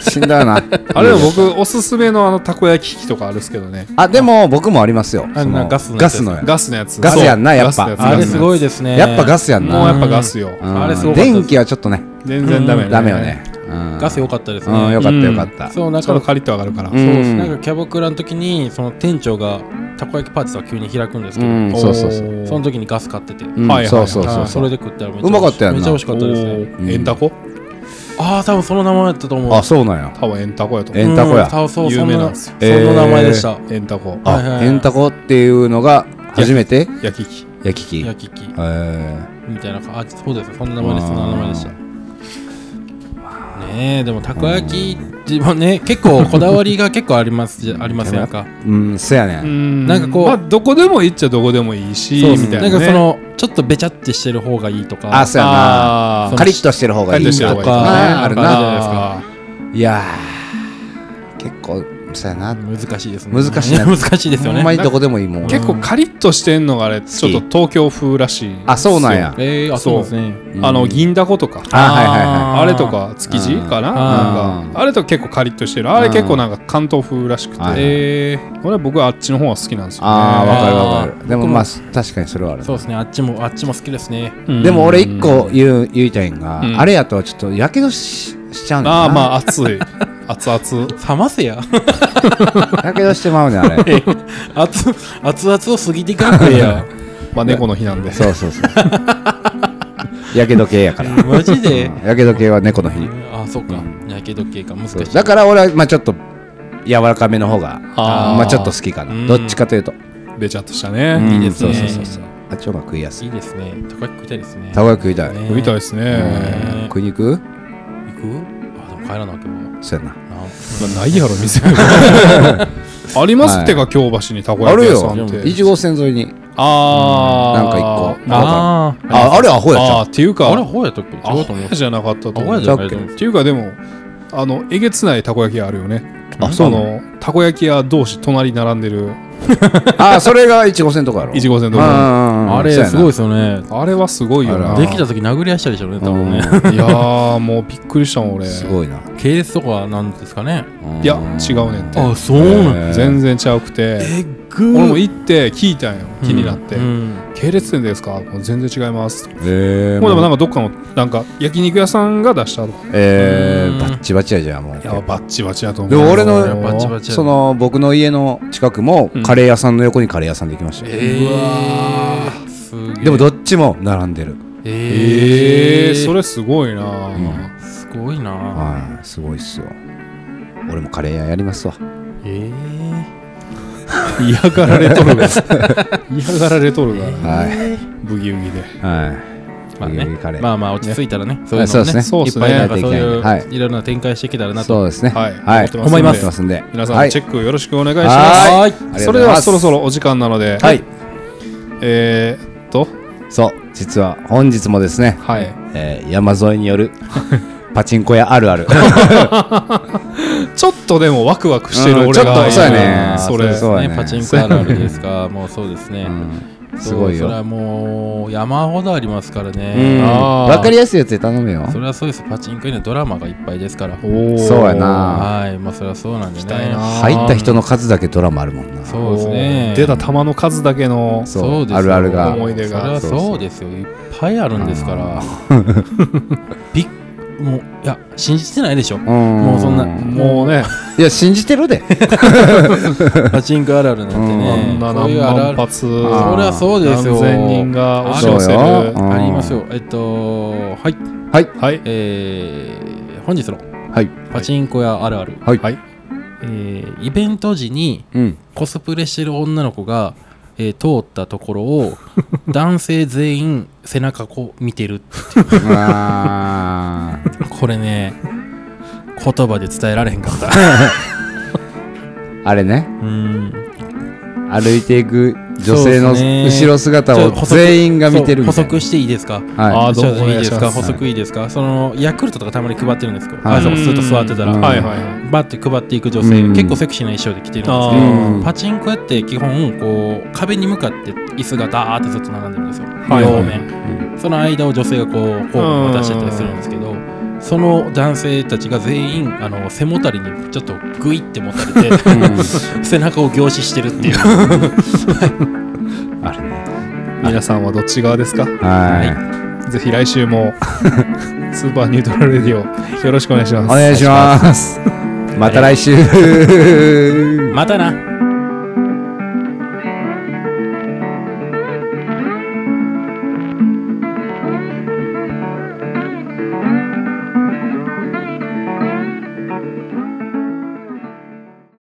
Speaker 2: しんどいな
Speaker 4: あれでも僕おすすめのあのたこ焼き器とかあるっすけどね
Speaker 2: あでも僕もありますよ
Speaker 3: あ
Speaker 2: その
Speaker 3: なガスのや
Speaker 2: ガ
Speaker 3: つ
Speaker 2: スのや
Speaker 4: ガスのやつ
Speaker 2: ガスやんな
Speaker 4: そう
Speaker 2: やっぱ
Speaker 4: ガスの
Speaker 3: あ
Speaker 4: やつ
Speaker 3: れすごいですね
Speaker 2: やっぱガスやんな
Speaker 4: もうやっぱガスよ
Speaker 2: うん
Speaker 3: あれすごかったです
Speaker 2: 電気はちょっとね
Speaker 4: 全然ダメ、
Speaker 3: うん
Speaker 2: ダメよね、うん
Speaker 3: ガス良かったです
Speaker 2: うん
Speaker 3: ね
Speaker 2: よかったよかった、
Speaker 3: そうなん
Speaker 4: ちょ
Speaker 3: か
Speaker 4: っとカリッと上がるから、
Speaker 2: うん
Speaker 3: そうなんかキャバクラの時にその店長がたこ焼きパーティーを急に開くんですけ
Speaker 2: う
Speaker 3: ど、
Speaker 2: ん
Speaker 4: おー
Speaker 2: そうそうそう、
Speaker 3: その時にガス買ってて、
Speaker 2: うん
Speaker 4: はいはい
Speaker 2: そうそうそ
Speaker 3: あー
Speaker 2: う
Speaker 3: そうれで食ったらめっちゃ
Speaker 2: うまかったやんな
Speaker 3: めっちゃ美味しかったですね
Speaker 4: お
Speaker 2: うん
Speaker 4: ーエンタコ
Speaker 3: ああ多分その名前だったと思う
Speaker 2: あそうなんや
Speaker 4: 多分エンタコやと思
Speaker 2: エンタコや
Speaker 3: うんそうそう
Speaker 4: 有名なん
Speaker 3: そ
Speaker 4: ですよ
Speaker 3: その名前でした、
Speaker 4: うエンタコ
Speaker 2: あ、
Speaker 3: はいはいはい
Speaker 2: エンタコっていうのが初めて
Speaker 4: 焼き器
Speaker 2: 焼き器
Speaker 3: 焼き器
Speaker 2: えー
Speaker 3: みたいなかあそうですそんな名前ですそんな名前でしたねえでもたこ焼きってまあね結構こだわりが結構ありますじゃありませんか
Speaker 2: うんそやねん
Speaker 4: な
Speaker 3: なんかこう
Speaker 4: まあ、どこでもいいっちゃどこでもいいし、
Speaker 3: そう
Speaker 4: みたいな、
Speaker 3: な
Speaker 4: ね。
Speaker 3: んかそ、のちょっとべちゃってしてる方がいいとか
Speaker 2: あそうやな
Speaker 4: あー
Speaker 2: カリッとしてる方がいい
Speaker 4: カリッとしてる方がい
Speaker 2: と
Speaker 4: い
Speaker 3: と
Speaker 2: か
Speaker 3: か
Speaker 2: ある
Speaker 3: あ
Speaker 2: な
Speaker 3: るじゃないですか
Speaker 2: いやー結構そうやな
Speaker 3: 難しいですね
Speaker 2: 難しいな
Speaker 3: ね 難しいですよ
Speaker 2: ほ
Speaker 3: ね
Speaker 2: んまにどこでもいいもん
Speaker 4: 結構カリッとしてんのがあれ、ちょっと東京風らしい。
Speaker 2: あそうなんや
Speaker 3: えー、あそうですね
Speaker 2: うん
Speaker 4: あの、銀だことか。
Speaker 2: あはいはいはい
Speaker 4: あれとか築地かな
Speaker 2: あ
Speaker 4: なんかあれと結構カリッとしてるあれ結構なんか関東風らしくて
Speaker 2: はい
Speaker 4: えーこれ僕はあっちの方が好きなんですよね
Speaker 2: あーわかる
Speaker 3: あー
Speaker 2: わかるでもまあ確かにそれはある
Speaker 3: そうですねあっちもあっちも好きですね
Speaker 4: うん
Speaker 2: でも俺一個言う言いたいんが、
Speaker 4: うん
Speaker 2: あれやとちょっとやけどししちゃうねん
Speaker 4: あ
Speaker 2: だ
Speaker 4: あま
Speaker 2: な
Speaker 4: あ熱い熱々
Speaker 3: 冷ませや
Speaker 2: やけどしてまうねんあれ
Speaker 3: 熱熱々を過ぎていかんくえや
Speaker 4: まあ猫の日なんで
Speaker 2: そうそうそうやけど系やから
Speaker 3: マジで
Speaker 2: うんやけど系は猫の日
Speaker 3: あそっかやけど系か難しい
Speaker 2: だから俺はまあちょっと柔らかめの方が
Speaker 4: あー
Speaker 2: まあちょっと好きか
Speaker 4: うん
Speaker 2: などっちかというと
Speaker 4: べちゃっとしたね、
Speaker 2: うん
Speaker 4: いいですね
Speaker 2: そうそうそうそうあっちの方が食いやす
Speaker 3: い
Speaker 2: い
Speaker 3: いですね。たこ焼き食いたいですね。
Speaker 2: たこ焼き食いたい
Speaker 3: ね
Speaker 4: 食いたいですね、
Speaker 3: ね
Speaker 2: 食いに行く
Speaker 3: 行くあ、でも帰らなきゃもう。
Speaker 2: そうやな
Speaker 3: な
Speaker 4: まあないやろ 店ありますってか、京橋にたこ
Speaker 2: あ
Speaker 4: 焼き
Speaker 2: る
Speaker 4: 屋さん
Speaker 2: よ
Speaker 4: って
Speaker 2: 1号線沿いに
Speaker 4: ああ
Speaker 2: なんか一個
Speaker 3: あー
Speaker 2: ああれアホやち
Speaker 4: あ
Speaker 2: ゃ
Speaker 4: あっていうか
Speaker 3: あれ、ほうやったっけ違う
Speaker 4: アホ
Speaker 3: と思う
Speaker 4: や。じゃなかったと
Speaker 3: あ
Speaker 4: 思
Speaker 3: ほ
Speaker 4: う
Speaker 3: やじゃないと思う。
Speaker 4: っていうかでもあのえげつないたこ焼き屋あるよね
Speaker 2: あそうな
Speaker 4: のたこ焼き屋同士隣並んでる
Speaker 2: んああそれが1号線とかやろ
Speaker 4: 1号線とか
Speaker 2: あ
Speaker 3: あれ、すごい
Speaker 2: い
Speaker 3: ですよね。
Speaker 4: あれはすごいよ
Speaker 2: あ
Speaker 4: な
Speaker 2: ら
Speaker 3: できた時殴り合いしたでしょうね、多分ね。
Speaker 4: いやーもうびっくりしたもん俺
Speaker 2: すごいな
Speaker 3: 系列とかなんですかね。
Speaker 4: いや違うねんって
Speaker 3: あ、そう
Speaker 2: なん
Speaker 3: ん
Speaker 2: や
Speaker 4: 全然ちゃうくて
Speaker 3: えぐ
Speaker 4: 俺も行って聞いたんよ気になって
Speaker 3: うん
Speaker 4: 「系列店ですか?」もう全然違います
Speaker 2: ええ
Speaker 4: もうでもなんかどっかのなんか焼肉屋さんが出したとか
Speaker 2: え
Speaker 3: う
Speaker 2: ー
Speaker 3: ん
Speaker 2: バッチバチやじゃんもう
Speaker 4: いやバッチバチやと思う
Speaker 2: でも俺の
Speaker 4: もう
Speaker 3: バチバチ
Speaker 2: その僕の家の近くも
Speaker 4: うん
Speaker 2: カレー屋さんの横にカレー屋さんできましたよ、
Speaker 3: えーすげえ
Speaker 2: でもどっちも並んでる、
Speaker 4: ええ
Speaker 3: えー
Speaker 4: それすごいな
Speaker 2: うん
Speaker 3: すごいな
Speaker 2: はいすごいっすよ俺もカレー屋やりますわ
Speaker 3: えー
Speaker 4: 嫌がられとるが嫌がられとるが
Speaker 2: はい
Speaker 4: ブギウギで
Speaker 2: はい
Speaker 3: まあ
Speaker 2: ブギウギカレ
Speaker 3: ね
Speaker 2: ー
Speaker 3: まあまあ落ち着いたらねそうい
Speaker 2: は
Speaker 3: う
Speaker 2: いそう
Speaker 3: のを
Speaker 2: です
Speaker 3: ね
Speaker 2: ね
Speaker 4: そうです
Speaker 3: いっぱい
Speaker 4: ね
Speaker 3: なんかそういう
Speaker 2: はい
Speaker 3: いろんな展開していけたらなと
Speaker 2: そうですね
Speaker 4: はい
Speaker 2: はい
Speaker 4: 思ってますんで
Speaker 2: 思ってますんで
Speaker 4: 皆さん
Speaker 2: は
Speaker 4: の
Speaker 2: い
Speaker 4: チェックよろしくお願いします、
Speaker 2: はーいありがとうございます
Speaker 4: それではそろそろお時間なので、
Speaker 2: はい
Speaker 4: えー、っと
Speaker 2: そう実は本日もですね、
Speaker 4: はい
Speaker 2: えー山沿いによ るパチンコ屋あるある
Speaker 4: ちょっとでもワクワクしてる
Speaker 2: うん
Speaker 4: 俺が
Speaker 2: ちょっとそうやね
Speaker 4: そ
Speaker 2: そう
Speaker 4: れ
Speaker 2: ですそうだね
Speaker 3: ねパチンコあるあるですかもうそうです
Speaker 2: う
Speaker 3: ね
Speaker 2: ん
Speaker 3: そう
Speaker 2: すごい
Speaker 3: それは
Speaker 2: よ
Speaker 3: もう山ほどありますから
Speaker 2: うん
Speaker 3: ね
Speaker 4: あー
Speaker 2: わかりやすいやつで頼むよ
Speaker 3: それはそうですパチンコにはドラマがいっぱいですから
Speaker 4: おー
Speaker 2: そうやな
Speaker 3: はいまあそれはそうなんで
Speaker 4: 行きたい
Speaker 3: ね
Speaker 4: な
Speaker 2: 入った人の数だけドラマあるもんな
Speaker 3: そうですね
Speaker 4: 出た球の数だけの
Speaker 2: そ
Speaker 3: そうですよ
Speaker 2: あるあるが
Speaker 4: 思い出が
Speaker 3: それはそうですよいっぱいあるんですから
Speaker 2: あ
Speaker 3: びっもういや信じてない でしょ
Speaker 2: も
Speaker 3: もうそんな
Speaker 4: もうね
Speaker 2: いや信じてるで
Speaker 3: パチンコあるあるなんて
Speaker 4: こ
Speaker 3: ね
Speaker 4: んな
Speaker 3: そう
Speaker 4: 何
Speaker 3: いうあるあ
Speaker 4: 万
Speaker 3: る
Speaker 4: 発そ
Speaker 2: あ
Speaker 3: そりゃそうですよ
Speaker 4: 何千人が押し
Speaker 2: そう
Speaker 4: 寄
Speaker 2: よ
Speaker 4: せるは
Speaker 3: ありますよえっとはい
Speaker 4: い
Speaker 3: えー本日の
Speaker 2: はい
Speaker 3: パチンコ屋あるある、
Speaker 2: はい
Speaker 4: はい
Speaker 3: えーイベント時に
Speaker 2: うん
Speaker 3: コスプレしてる女の子が、えー通ったところ を男性全員背中こう見てる
Speaker 2: あー
Speaker 3: これね言葉で伝えられへんかった
Speaker 2: あれね
Speaker 3: うん
Speaker 2: 歩いていく女性
Speaker 3: そう
Speaker 2: の
Speaker 3: ですね
Speaker 2: 後ろ姿を
Speaker 3: ちょ補足
Speaker 2: 全員が見てるみ
Speaker 3: そう
Speaker 2: たい
Speaker 3: 補足していいですか
Speaker 2: な
Speaker 4: あ
Speaker 2: は
Speaker 4: ーどうも
Speaker 3: ちょっといいです
Speaker 4: お願
Speaker 3: か
Speaker 4: いしま
Speaker 3: 補
Speaker 4: す
Speaker 3: 足いいですかそのヤクルトとかたまに配ってるんですけど、
Speaker 2: はい
Speaker 3: あそうずっと座ってたら、
Speaker 2: うん
Speaker 4: はいはい
Speaker 3: バッて配っていく女性、
Speaker 2: うん
Speaker 3: 結構セクシーな衣装で着てるんですけど、
Speaker 4: あ
Speaker 2: ーうん
Speaker 3: パチンコ屋って基本こう壁に向かって椅子がダーってずっと並んでるんですよ、
Speaker 4: はい
Speaker 3: 両面その間を女性がこうホームを出してたりするんですけどその男性たちが全員あの背もたれにちょっとグイって持たれて背中を凝視してるっていう
Speaker 2: うんあれね
Speaker 4: 皆さんはどっち側ですか
Speaker 2: はい
Speaker 4: ぜひ来週 もスーパーニュートラルレディオよろしくお願いします
Speaker 2: お願いしますまた来週
Speaker 3: またな